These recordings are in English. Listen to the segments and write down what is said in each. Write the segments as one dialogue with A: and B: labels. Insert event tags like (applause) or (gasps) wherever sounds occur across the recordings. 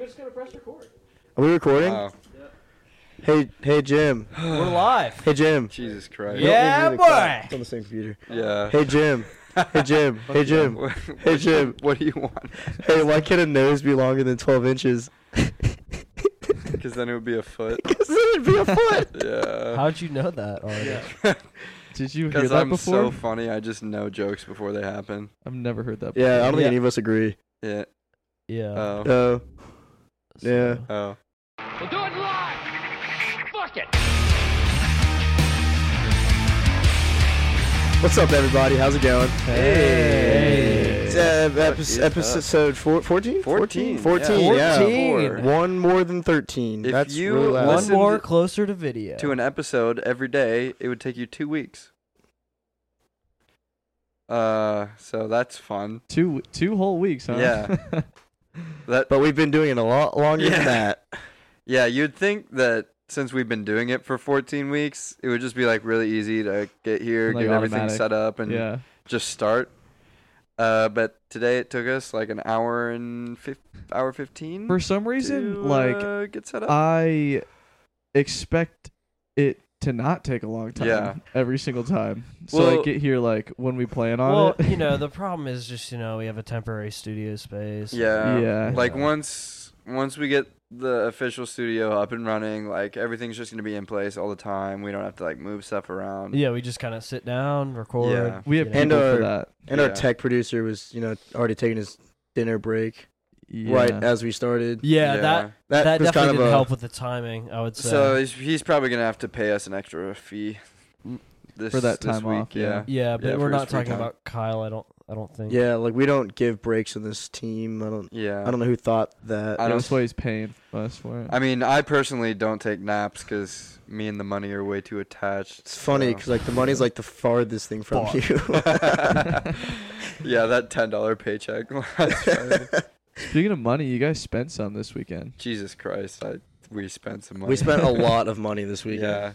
A: just gonna press record.
B: Are we recording?
C: Wow.
B: Hey, hey,
C: (gasps)
B: Jim.
A: We're live.
B: Hey, Jim.
C: Jesus Christ.
B: Don't
A: Yeah,
B: leave me the clap.
A: boy.
B: It's on the same
C: (laughs)
B: computer.
C: Yeah.
B: Hey, Jim. Hey,
C: (laughs)
B: Jim. Hey, Jim.
C: What-
B: (laughs) Hey, Jim.
C: What do you want? (laughs)
B: Hey, why can a nose be longer than 12 inches? (laughs)
C: Because then it would be a foot.
B: Because then it'd be a foot.
C: (laughs) Yeah.
D: How'd you know that already?
A: Yeah.
D: (laughs) Did you hear
C: Because
D: that
C: I'm
D: before?
C: so funny. I just know jokes before they happen.
D: I've never heard that.
B: Yeah, I don't think
D: Yeah.
B: any of us agree.
C: Yeah.
D: Yeah.
C: Oh.
B: Oh,
D: so-
B: yeah.
C: Oh.
A: We'll do it live. Fuck it.
B: what's up, everybody? How's it going?
D: Hey.
B: It's, uh, epi-
C: is up?
B: episode four, 14?
C: 14.
B: 14, yeah.
D: 14.
C: Four.
B: One more than 13.
C: If
B: That's
C: you
B: really loud.
D: One
C: listen
D: more
C: to-
D: closer to video.
C: To an episode every day, it would take you two weeks. Uh, so that's fun.
D: two two whole weeks, huh?
C: Yeah.
D: (laughs)
C: That
B: But we've been doing it a lot longer
C: Yeah.
B: than that.
C: yeah, you'd think that since we've been doing it for 14 weeks, it would just be like really easy to get here,
D: Like
C: get everything
D: automatic.
C: set up, and
D: yeah.
C: just start. Uh, but today it took us like an hour and fif- hour fifteen.
D: For some reason, like
C: uh, get set up.
D: I expect it to not take a long time.
C: Yeah.
D: Every single time. So
C: Well-
D: I get here like when we plan on
E: Well,
D: it.
E: you know,
C: (laughs)
E: the problem is just, you know, we have a temporary studio space.
C: yeah,
D: yeah.
C: Like
E: Yeah.
C: once once we get the official studio up and running, like everything's just gonna be in place all the time. We don't have to like move stuff around.
E: Yeah, we just kind of sit down, record.
C: Yeah.
D: (laughs) we have
E: you know.
D: people
B: And, uh,
D: for that.
B: And our
C: Yeah.
B: tech producer was, you know, already taking his dinner break
D: Yeah.
B: right as we started.
E: yeah, that that,
B: was
E: definitely
B: kind of
E: didn't
B: a,
E: help with the timing. I would say.
C: So he's, he's probably gonna have to pay us an extra fee this
D: Mm, For that
C: this
D: time
C: week.
D: off,
C: yeah.
D: yeah.
E: yeah, but
C: yeah, for
E: we're
C: his
E: not
C: free
E: talking
C: time.
E: about Kyle. I don't. I don't think.
B: Yeah, like we don't give breaks in this team. I don't.
C: Yeah.
B: I don't know who thought that.
C: I
D: Yeah,
C: don't-
D: that's why he's paying us for it.
C: I mean, I personally don't take naps because me and the money are way too attached.
B: It's funny
C: so.
B: because like (laughs) the money's like the farthest thing from
E: Fuck.
B: you.
C: (laughs)
B: (laughs)
C: yeah, that ten dollar paycheck. (laughs) last Friday.
D: Speaking of money, you guys spent some this weekend.
C: Jesus Christ, I we spent some money.
B: we spent a lot of money this weekend.
C: Yeah,
B: A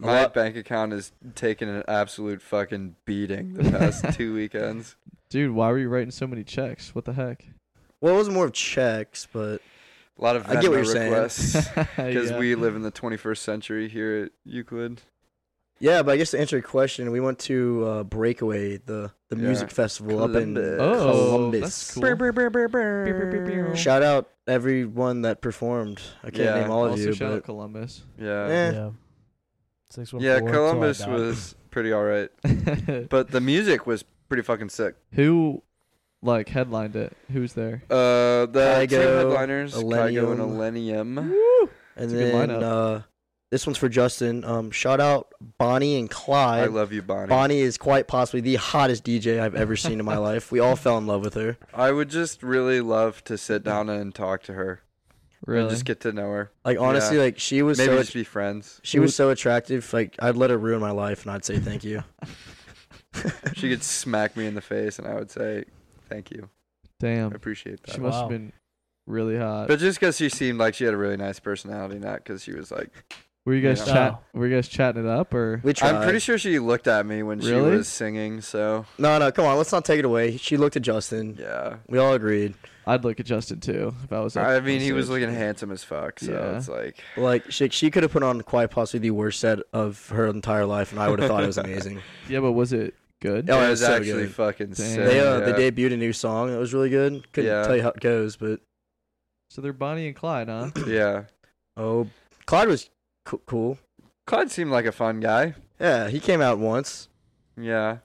C: my
B: lot-
C: bank account has taken an absolute fucking beating the
B: (laughs)
C: past two weekends.
D: Dude, why were you writing so many checks? What the heck?
B: Well, it was more of checks, but
C: A lot of
B: I get what you're
C: Venmo
B: saying. (laughs)
C: requests because
D: (laughs) Yeah.
C: we live in the 21st century here at Euclid.
B: yeah. But I guess to answer your question, we went to uh, Breakaway, the the
C: Yeah.
B: music festival
C: Columbus.
B: up in
D: Oh,
B: Columbus.
D: that's cool.
B: Shout out everyone that performed. I can't
C: Yeah.
B: name all of
D: also
B: you,
D: shout out
B: but
D: Columbus. (laughs)
C: Yeah,
B: eh,
E: Yeah. Six one
C: yeah.
E: four,
C: Columbus
E: that's all I got.
C: was pretty all right, but the music was pretty fucking sick.
D: Who, like, headlined it? Who's there?
C: Uh, the two
B: Kygo,
C: headliners, Kygo and
B: Elenium.
C: Elenium.
B: and
D: a good
B: then
D: lineup.
B: uh, this one's for Justin. Um, shout out Bonnie and
C: I,
B: Clyde.
C: love you, Bonnie.
B: Bonnie is quite possibly the hottest DJ I've ever seen in
D: (laughs)
B: my life. We all fell in love with her.
C: I would just really love to sit down and talk to her.
D: Really?
C: And just get to know her.
B: Like honestly,
C: Yeah.
B: like she was
C: Maybe
B: so
C: just be friends.
B: she was so attractive. Like I'd let her ruin my life, and I'd say thank you.
C: (laughs) She could smack me in the face, and I would say, "Thank you, I
D: (laughs) Damn.
C: appreciate that."
D: She must
E: Wow.
D: have been really hot.
C: But just because she seemed like she had a really nice personality, not because she was like.
D: Were you guys
C: Yeah.
D: chat? Were you guys chatting it up or?
B: (laughs) We tried.
C: I'm pretty sure she looked at me when she
D: Really?
C: was singing. So
B: No, no, come on, let's not take it away. She looked at Justin.
C: yeah,
B: We all agreed.
D: I'd look at Justin too if I was. up
C: I
D: on
C: mean he was
D: stage.
C: looking handsome as fuck. So
D: Yeah.
C: it's like
B: Like she, she could have put on quite possibly the worst set of her entire life, and I would have thought it
C: (laughs)
B: was amazing.
D: Yeah, but was it good?
B: Yeah. Oh,
C: it
B: it
C: was
B: was so
C: actually
B: good.
C: fucking
D: Damn.
C: sick.
B: they uh,
C: yeah.
B: they debuted a new song that was really good. Couldn't
C: Yeah.
B: tell you how it goes, but
D: So they're Bonnie and
B: (clears throat)
D: Clyde, huh?
C: yeah.
B: oh, Clyde was co- cool.
C: Clyde seemed like a fun guy.
B: Yeah, he came out once.
C: Yeah,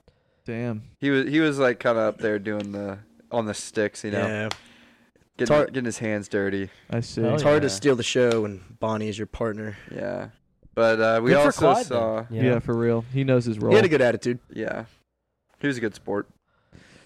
D: Damn.
C: he was he was like kind of up there doing the on the sticks, you know,
B: Yeah, Oh,
C: getting,
B: Tar-
C: getting his hands dirty.
D: I see.
E: Hell
B: it's hard to
C: yeah.
B: steal the show when Bonnie is your partner.
C: Yeah. But uh, we
E: Good for
C: also
E: Clyde, then.
C: saw,
D: yeah. for real. He knows his role.
B: He had a good attitude.
C: yeah, he was a good sport.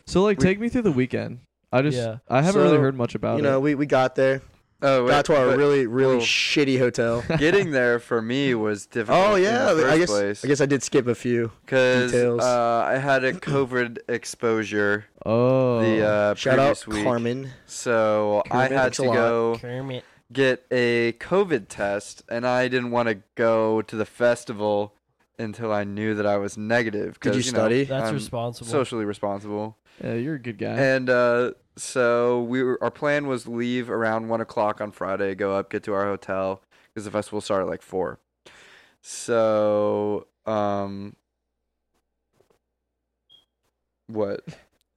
D: so like,
C: we-
D: take me through the weekend. I just
E: Yeah.
D: I haven't really
B: So,
D: heard much about
B: you
D: it.
B: know, we, we got there.
C: Oh, wait,
B: got to our
C: but
B: really, really
C: well-
B: shitty hotel.
C: getting there for me was difficult.
B: Oh yeah,
C: in the first
B: I guess
C: place,
B: I guess I did skip a few.
C: because
B: details.
C: uh, I had a COVID exposure
D: (laughs) Oh,
C: the uh,
B: Shout out
C: previous week,
B: Carmen.
C: so
B: Kermit,
C: I had
B: thanks a
C: to
B: lot.
C: go
E: Kermit.
C: get a COVID test, and I didn't want to go to the festival until I knew that I was negative.
B: Did
C: 'cause,
B: you
C: know,
B: study?
E: That's
C: I'm
E: responsible.
C: Socially responsible.
D: yeah, you're a good guy.
C: And uh, so we were, our plan was leave around one o'clock on Friday, go up, get to our hotel because the festival started at like four. So um, what?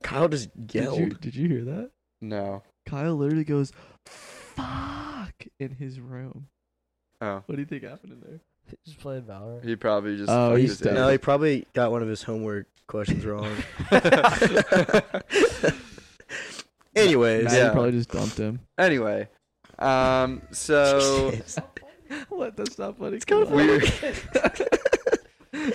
B: Kyle just
D: Did
B: yelled.
D: you, did you hear that?
C: No.
D: Kyle literally goes, "Fuck!" in his room.
C: Oh,
D: What do you think happened in there?
E: Just playing Valorant.
C: he probably just.
D: Oh,
C: fucked
D: he's
C: his
D: dead.
B: No, he
C: ass.
B: probably got one of his homework questions (laughs)
C: (laughs)
B: wrong. Anyways,
D: Maddie
C: Yeah.
D: probably just dumped (laughs) him.
C: anyway, um,
D: (laughs)
C: so
D: what? That's not funny. It's
C: we.
B: (laughs) all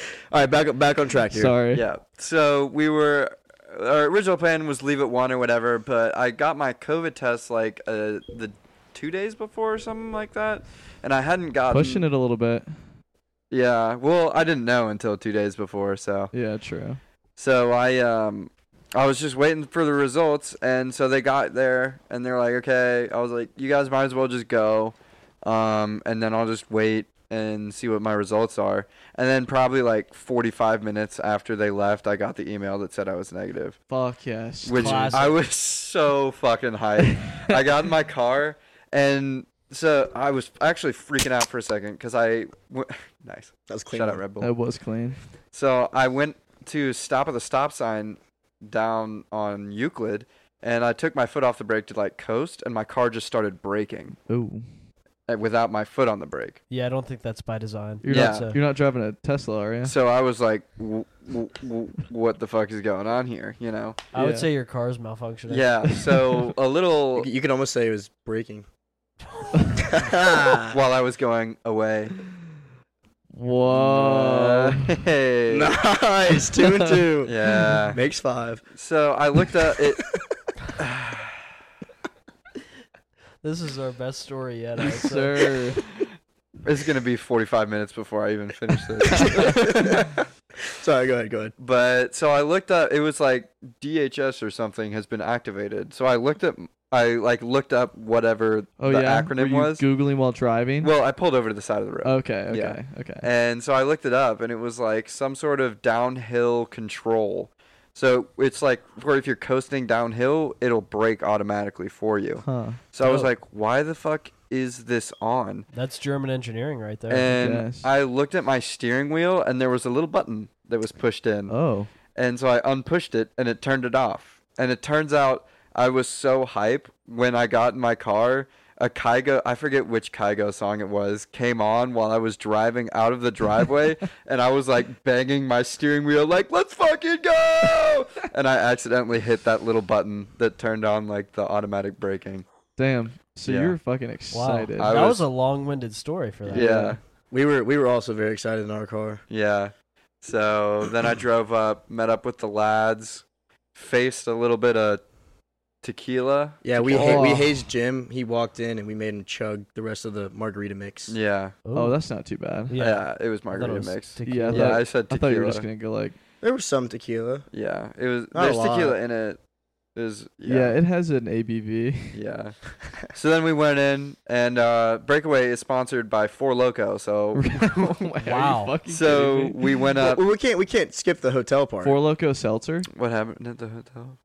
B: right, back back on track here.
D: Sorry.
C: Yeah. So we were our original plan was leave at one or whatever, but I got my COVID test like uh, the two days before or something like that, and I hadn't gotten.
D: Pushing it a little bit.
C: Yeah. Well, I didn't know until two days before, so
D: Yeah, true.
C: so I um I was just waiting for the results, and so they got there, and they're like, okay. I was like, you guys might as well just go, um, and then I'll just wait and see what my results are. And then probably like 45 minutes after they left, I got the email that said I was negative.
D: Fuck yes.
C: Which
E: Classic.
C: I was so fucking hyped. I got in my car and so I was actually freaking out for a second because I w- (laughs) nice
B: That was clean.
C: shout out Red Bull.
D: (laughs) That was clean.
C: So I went to stop at the stop sign down on Euclid and I took my foot off the brake to like coast and my car just started braking
D: Ooh.
C: uh, without my foot on the brake.
E: Yeah, I don't think that's by design.
D: You're
C: Yeah.
D: not you're not driving a Tesla, are you?
C: So I was like, w- w- w- "What the fuck is going on here?" You know?
E: I would
D: Yeah.
E: say your car's malfunctioning.
C: Yeah. So a little
B: You could almost say it was
C: (laughs)
B: breaking.
C: while I was going away.
D: (laughs) Whoa.
C: (laughs) Hey.
B: nice two and two.
C: (laughs) Yeah.
B: (laughs) Makes
C: (laughs)
B: five.
C: So I looked up it.
E: This is our best story
D: (laughs)
E: yet. I would
D: Yes,
E: say.
D: sir.
C: It's gonna be 45 minutes before I even finish
B: (laughs)
C: this.
B: Sorry, go ahead, go ahead.
C: but so I looked up. It was like DHS or something has been activated. So I looked up. I like looked up whatever
D: Oh
C: the
D: yeah. Were
C: acronym
D: you
C: was.
D: Googling Oh. while driving.
C: well, I pulled over to the side of the road,
D: okay. Okay.
C: yeah.
D: Okay.
C: and so I looked it up, and it was like some sort of downhill control. So it's like where if you're coasting downhill, it'll brake automatically for you.
D: Huh.
C: So I was
E: Oh.
C: like, why the fuck is this on?
E: That's German engineering right there.
C: and
D: Yes.
C: I looked at my steering wheel, and there was a little button that was pushed in,
D: Oh.
C: and so I unpushed it, and it turned it off. And it turns out I was so hype when I got in my car. A Kygo, I forget which Kygo song it was, came on while I was driving out of the
D: (laughs)
C: driveway, and I was like banging my steering wheel, like "Let's fucking go!" and I accidentally hit that little button that turned on like the automatic braking.
D: Damn. So
C: Yeah.
D: you were fucking
E: wow,
D: excited.
C: I
E: that was,
C: was-
E: a long-winded story for that.
C: yeah.
B: We were we were also very excited in our car.
C: Yeah. So then I drove up, met up with the lads, faced a little bit of tequila.
B: Yeah, we ha- we
D: Oh.
B: hazed Jim. He walked in and we made him chug the rest of the margarita mix.
C: Yeah.
E: Ooh.
D: oh, that's not too bad.
E: yeah.
C: Yeah, it was
E: I thought it
C: margarita
E: was
C: mix.
E: tequila.
D: Yeah, I
C: yeah,
D: thought-
C: I said
D: I
C: tequila.
D: thought you were just gonna go like.
B: There was some tequila.
C: Yeah, it was
B: Not a
C: there's
B: lot.
C: tequila in it. There's
D: Yeah.
C: yeah.
D: it has an ABV.
C: (laughs)
D: (laughs)
C: yeah. So then we went in and uh Breakaway is sponsored by Four Loco. (laughs) So
E: Wow.
D: Are you fucking
C: so
D: kidding me?
C: we went
B: (laughs)
C: up
B: Well, we can't we can't skip the hotel part.
D: (laughs) Four Loco Seltzer.
C: what happened at the hotel?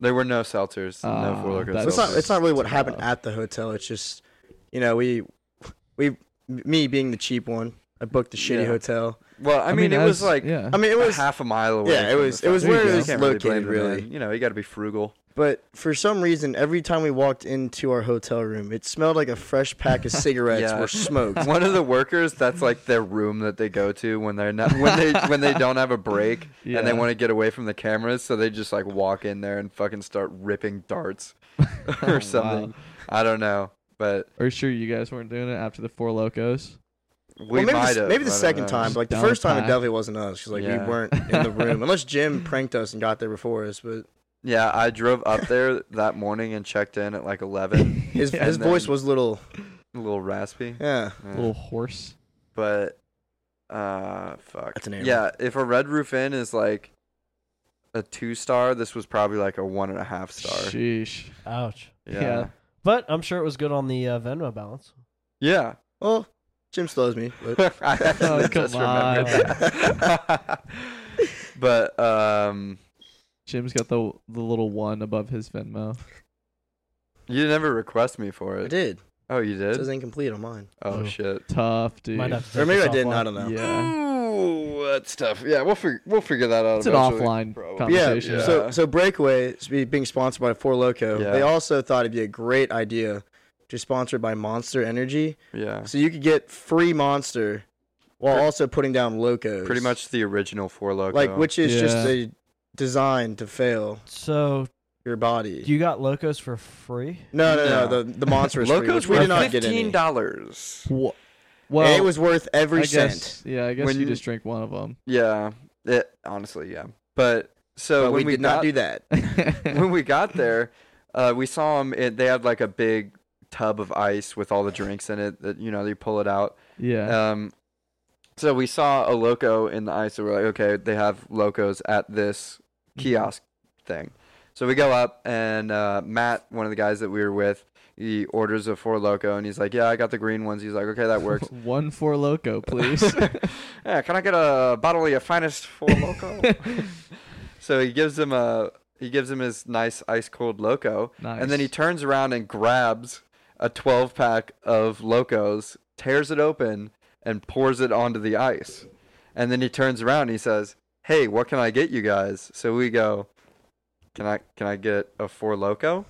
C: There were no seltzers. no
D: Ah,
C: Four Loco
D: that's-
B: it's not
C: seltzers.
B: it's not really what
D: Wow.
B: happened at the hotel. It's just you know we we me being the cheap one. I booked the shitty
C: Yeah.
B: hotel.
C: well, I, mean, it was
D: as-
C: like
D: yeah.
B: I mean, it
C: a
B: was
C: half a mile away.
B: Yeah, it
C: from the
B: was- it was
C: factory.
D: where it
C: You
D: was
C: can't really blame
B: located,
C: the man.
B: really.
C: You know, you got to be frugal.
B: But for some reason, every time we walked into our hotel room, it smelled like a fresh pack
C: (laughs)
B: of cigarettes
C: Yeah.
B: were
C: (laughs)
B: smoked.
C: One of the workers, that's like their room that they go to when they're not when they when they don't have a
D: (laughs)
C: break and they
D: Yeah.
C: want to get away from the cameras, so they just like walk in there and fucking start ripping darts
D: (laughs)
C: or something. I don't know, but
D: Are you sure you guys weren't doing it after the Four Locos?
C: we
B: well, maybe,
C: might
B: the,
C: have.
B: maybe the
C: I don't
B: second
C: know.
B: time, but like the
D: Down
B: first time, it
D: pack.
B: definitely wasn't us. 'cause, like
C: Yeah.
B: we weren't in the
C: (laughs)
B: room unless Jim pranked us and got there before us. But
C: Yeah, I drove up there that morning and checked in at like eleven. (laughs)
B: his
D: (laughs) Yeah,
B: his
C: and
B: voice
C: then-
B: was a little
C: A little raspy,
B: yeah.
C: Yeah.
D: Little horse.
C: but uh, fuck.
B: That's an error.
C: Yeah, if a Red Roof Inn is like a two star, this was probably like a one and a half star.
D: Sheesh.
E: Ouch.
C: Yeah. yeah.
D: Yeah.
E: But I'm sure it was good on the uh, Venmo balance.
B: Well, Jim slows me. But
C: (laughs) I actually
D: Oh,
C: just
D: come
C: remembered that. (laughs) but um
D: Jim's got the the little one above his Venmo.
C: You never request me for
B: I
C: it.
B: did.
C: Oh, you
B: It
C: did?
B: says incomplete on mine.
C: Oh
E: Oh.
C: shit.
D: Tough, dude.
E: Might have to
B: Or
E: take
B: maybe I
E: this
B: didn't.
E: offline.
B: I don't know.
C: (laughs)
D: Yeah.
C: Ooh, that's tough. Yeah, we'll figure we'll figure that out.
D: It's an
C: eventually.
D: offline
C: Probably.
B: Yeah,
D: conversation.
C: Yeah.
B: So so Breakaway is be- being sponsored by Four Loco.
C: Yeah.
B: They also thought it'd be a great idea to sponsor by Monster Energy,
C: Yeah.
B: so you could get free Monster while
C: Pre-
B: also putting down locos.
C: Pretty much the original four loco.
B: like which is just
D: Yeah.
B: a design to fail
E: So
B: your body.
E: you got locos for free?
B: no, no, no,
C: No.
B: The the monster is free,
C: locos
B: which we
C: were
B: did not get
C: fifteen
B: any.
C: dollars.
D: Wha-
B: and
D: Well,
B: it was worth every
D: I
B: cent.
D: guess, yeah, I guess
C: When-
D: you just drink one of them.
C: Yeah. It honestly, yeah. But so
B: But
C: when
B: we, did
C: got,
B: not do that.
C: (laughs) (laughs) when we got there, uh, we saw them. It, they had like a big tub of ice with all the drinks in it. That you know, you pull it out.
D: (laughs) yeah.
C: Um, so we saw a loco in the ice, and we're like, okay, they have locos at this
D: Mm-hmm.
C: kiosk thing. So we go up, and uh, Matt, one of the guys that we were with, he orders a four loco, and he's like, yeah, I got the green ones. He's like, okay, that works.
D: one for loco, (laughs) please.
C: yeah, can I get a bottle of your finest four loco? so he gives him a he gives him his nice ice cold loco,
D: nice.
C: (laughs) and then he turns around and grabs a 12 pack of locos, tears it open, and pours it onto the ice. And then he turns around and he says, "Hey, what can I get you guys?" So we go, "Can I can I get a four loco?"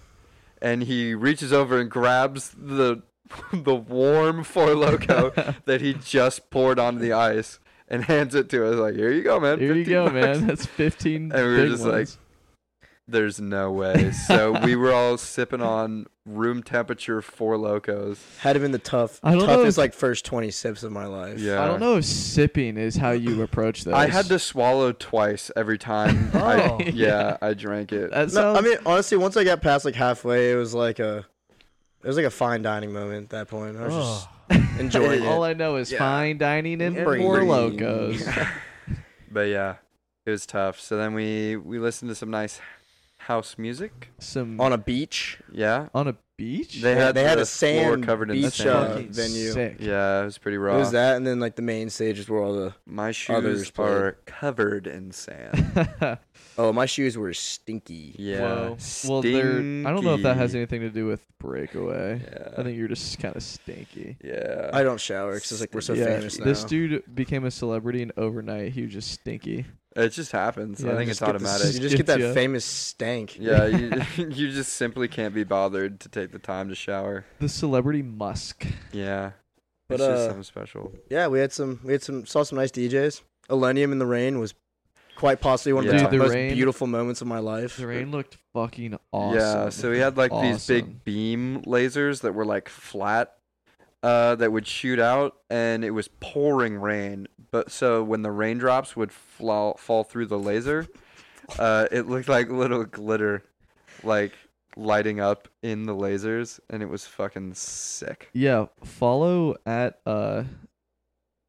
C: And he reaches over and grabs the (laughs) the warm four
D: (laughs)
C: loco that he just poured onto the ice and hands it to us like, "Here you go, man."
D: Here you
C: 15
D: go,
C: bucks."
D: man. That's fifteen.
C: (laughs) And we were
D: big
C: just like,
D: ones.
C: There's no way. So we were all sipping on room temperature four locos.
B: Had it been the tough,
D: I don't know
B: toughest
D: if-
B: like first twenty sips of my life.
C: Yeah.
D: I don't know if sipping is how you approach those.
C: uh, I had to swallow twice every
D: (laughs)
C: time.
E: Oh.
C: I, yeah, I drank it.
D: That
B: No,
D: sounds.
B: I mean honestly, once I got past like halfway, it was like a, it was like a fine dining moment at that point. I was just
E: Ugh.
B: enjoying
D: all
B: it.
D: I know is
C: Yeah.
D: fine dining and
B: Brain.
D: four locos.
C: (laughs) but yeah, it was tough. So then we we listened to some nice house music.
D: Some
B: On a beach,
C: Yeah,
D: on a beach.
C: they
B: Yeah,
C: had
B: they had
C: the
B: a
C: floor
B: sand
C: covered in
B: beach,
D: That's
B: uh,
C: sand.
D: fucking
B: venue.
D: Sick.
C: Yeah, it was pretty
B: it
C: raw.
B: was that, and then like the main stage is where all the
C: My
B: Others
C: shoes are covered in
D: (laughs)
C: sand.
B: oh my shoes were stinky.
C: Yeah.
D: Whoa. Well, they're. I don't know if that has
C: stinky.
D: anything to do with breakaway.
C: Yeah.
D: I think you're just kind of stinky.
C: Yeah.
B: I don't shower because like we're so
D: yeah,
B: famous now.
D: this dude became a celebrity, and overnight he was just stinky.
C: It just happens.
D: Yeah,
C: I think
D: just
C: it's
B: Get this-
C: automatic.
B: you just get that
D: Yeah.
B: famous stank.
D: (laughs)
C: Yeah, you, (laughs) you just simply can't be bothered to take the time to shower.
D: The celebrity Musk.
C: Yeah.
B: But,
C: it's just
B: uh,
C: something special.
B: Yeah, we had some, we had some, saw some nice DJs. Elenium in the rain was quite possibly one of
C: Yeah.
B: the,
C: Dude,
B: top-
D: the
B: most
D: rain-
B: beautiful moments of my life.
D: The rain looked fucking awesome.
C: Yeah, so we had like these
D: Awesome.
C: big beam lasers that were like flat uh, that would shoot out and it was pouring rain. But so when the raindrops would fall, fall through the laser, uh, it looked like little glitter like lighting up in the lasers and it was fucking sick.
D: Yeah, follow at uh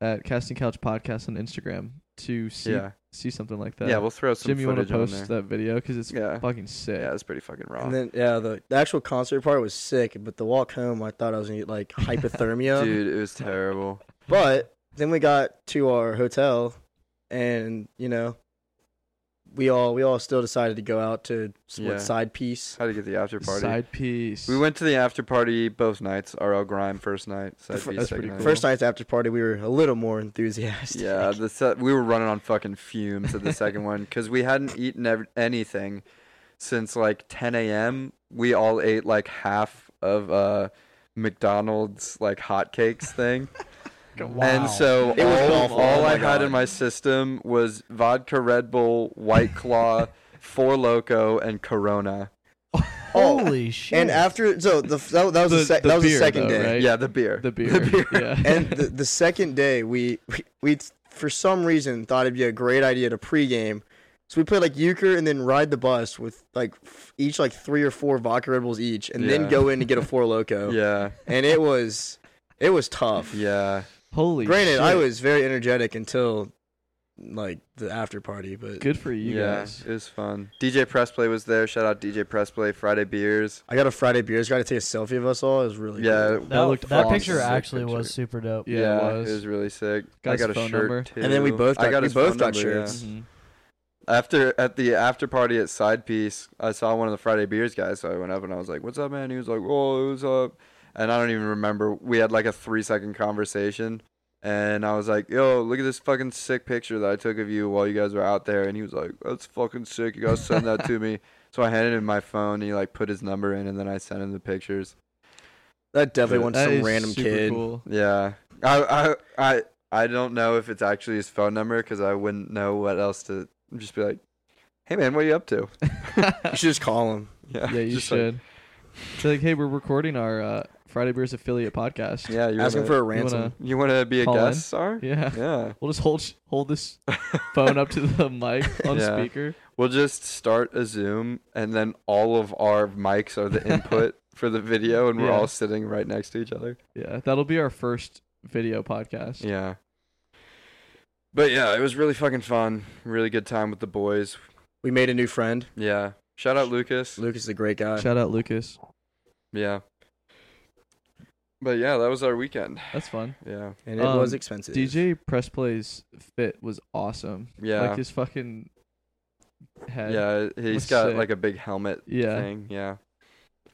D: at Casting Couch Podcast on Instagram to see
C: yeah.
D: see something like that.
C: yeah, we'll throw some
D: Jim, you want to
C: footage on
D: post
C: there.
D: that video because it's
C: Yeah.
D: fucking sick.
C: Yeah, it's pretty fucking raw.
B: And then yeah, the, the actual concert part was sick, but the walk home I thought I was gonna get
D: (laughs)
B: like hypothermia.
C: Dude, it was terrible.
B: But then we got to our hotel, and you know, we all we all still decided to go out to s-
C: Yeah.
B: what side piece.
C: How to get the after party?
D: Side piece.
C: We went to the after party both nights. RL Grime first night. Side
B: That's
C: piece,
D: pretty
C: second night.
D: cool.
B: First night's after party, we were a little more enthusiastic. (laughs)
C: Yeah, the se- we were running on fucking fumes at the second one because we hadn't eaten ev- anything since like 10 a.m. We all ate like half of uh, McDonald's like hotcakes thing, (laughs)
E: Wow.
C: and so
B: It was
C: all,
B: awful.
C: all
B: Oh
C: I
B: my
C: had
B: God.
C: in my system was vodka, Red Bull, White Claw, (laughs) Four Loco, and Corona.
E: Holy shit!
B: Oh, And after so the f- that, that was the,
D: The-
B: sec-
D: the
B: that was the
D: beer,
B: second
D: though,
B: day.
D: right?
C: Yeah, (laughs) the beer.
D: the beer. Yeah.
B: (laughs) and the, the second day we, we we for some reason thought it'd be a great idea to pregame so we played like euchre and then ride the bus with like f- each like three or four vodka red bulls each and
C: Yeah.
B: then go in to get a four
D: (laughs)
B: loco
C: yeah,
B: and it was it was tough
C: yeah.
D: (laughs) Holy
B: granted
D: shit.
B: i was very energetic until like the after party but
D: good for you
C: yeah,
D: guys.
C: it was fun. DJ Pressplay was there. Shout out DJ Pressplay. Friday beers.
B: i got a friday beers got to take a selfie of us all it was really
C: Yeah,
B: cool.
E: that,
D: That looked
E: that
D: awesome.
E: picture
C: Sick
E: actually
C: picture.
E: was super dope.
D: Yeah, it was.
C: really sick.
D: Got
C: I
D: his
C: got a
D: phone
C: shirt
D: number.
C: too.
B: And then we both
C: I
B: got- we
C: his
B: both
C: phone
B: got
C: number, yeah.
B: shirts.
D: Mhm.
C: After at the after party at Side Piece, I saw one of the Friday Beers guys, so I went up and I was like, "What's up, man?" He was like, "Oh, what's up?" And I don't even remember. We had like a three second conversation, and I was like, "Yo, look at this fucking sick picture that I took of you while you guys were out there." And he was like, "That's fucking sick. You gotta send that to me." (laughs) So I handed him my phone. He like put his number in, and then I sent him the pictures.
B: That definitely
C: Yeah,
B: wants
D: That
B: some
D: is
B: random
D: super
B: kid.
D: Cool.
C: Yeah, I I I I don't know if it's actually his phone number because I wouldn't know what else to just be like. Hey man, what are you up to? (laughs)
D: (laughs)
B: You should just call him.
C: Yeah,
D: yeah, you
C: just like-
D: should. Be like, hey, we're recording our uh, Friday Beers affiliate podcast.
C: yeah, you
B: Ask him
C: wanna,
B: for a
D: You
B: ransom.
D: wanna-
C: you want to be a (laughs)
D: call in.
C: guest star?
D: yeah.
C: Yeah. (laughs)
D: We'll just hold hold this phone up to the (laughs) mic on
C: Yeah.
D: speaker.
C: We'll just start a Zoom, and then all of our mics are
D: (laughs)
C: the input for the video, and we're
D: Yeah.
C: all sitting right next to each other.
D: Yeah, that'll be our first video podcast.
C: Yeah. But yeah, it was really fucking fun. Really good time with the boys.
B: We made a new friend.
C: Yeah. Shout out Lucas.
B: Luke is a great guy.
D: Shout out Lucas.
C: Yeah. But yeah, that was our weekend.
D: That's fun.
C: Yeah.
B: And it
D: Um,
B: was expensive.
D: DJ Press Play's fit was awesome.
C: Yeah.
D: Like his fucking head.
C: yeah, he's
D: was
C: got
D: sick.
C: like a big helmet
D: Yeah.
C: thing. Yeah.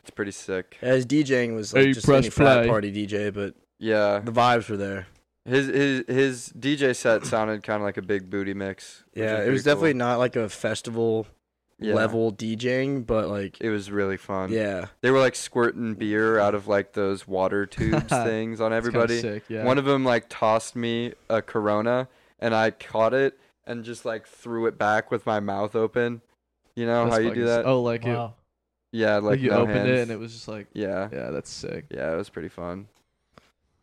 C: It's pretty sick.
B: As DJing was like
D: Hey,
B: just any
D: press
B: frat
D: play.
B: party DJ, but
C: Yeah.
B: the vibes were there.
C: His his his DJ set
D: (coughs)
C: sounded kind of like a big booty mix. which
B: Yeah, it
C: pretty
B: was
C: cool.
B: definitely not like a festival
C: Yeah.
B: level DJing, but like
C: It was really fun.
B: yeah,
C: they were like squirting beer out of like those
D: (laughs)
C: water tubes things on
D: It's kinda
C: everybody.
D: Sick, yeah.
C: One of them like tossed me a Corona, and I caught it and just like threw it back with my mouth open. You know
D: That's
C: how you
D: fucking
C: do
D: sick.
C: that?
D: Oh, like it,
E: wow.
C: Yeah,
D: like,
C: like,
D: you
C: no
D: opened it
C: hands.
D: and it was just like,
C: yeah,
D: yeah, that's sick.
C: yeah, it was pretty fun.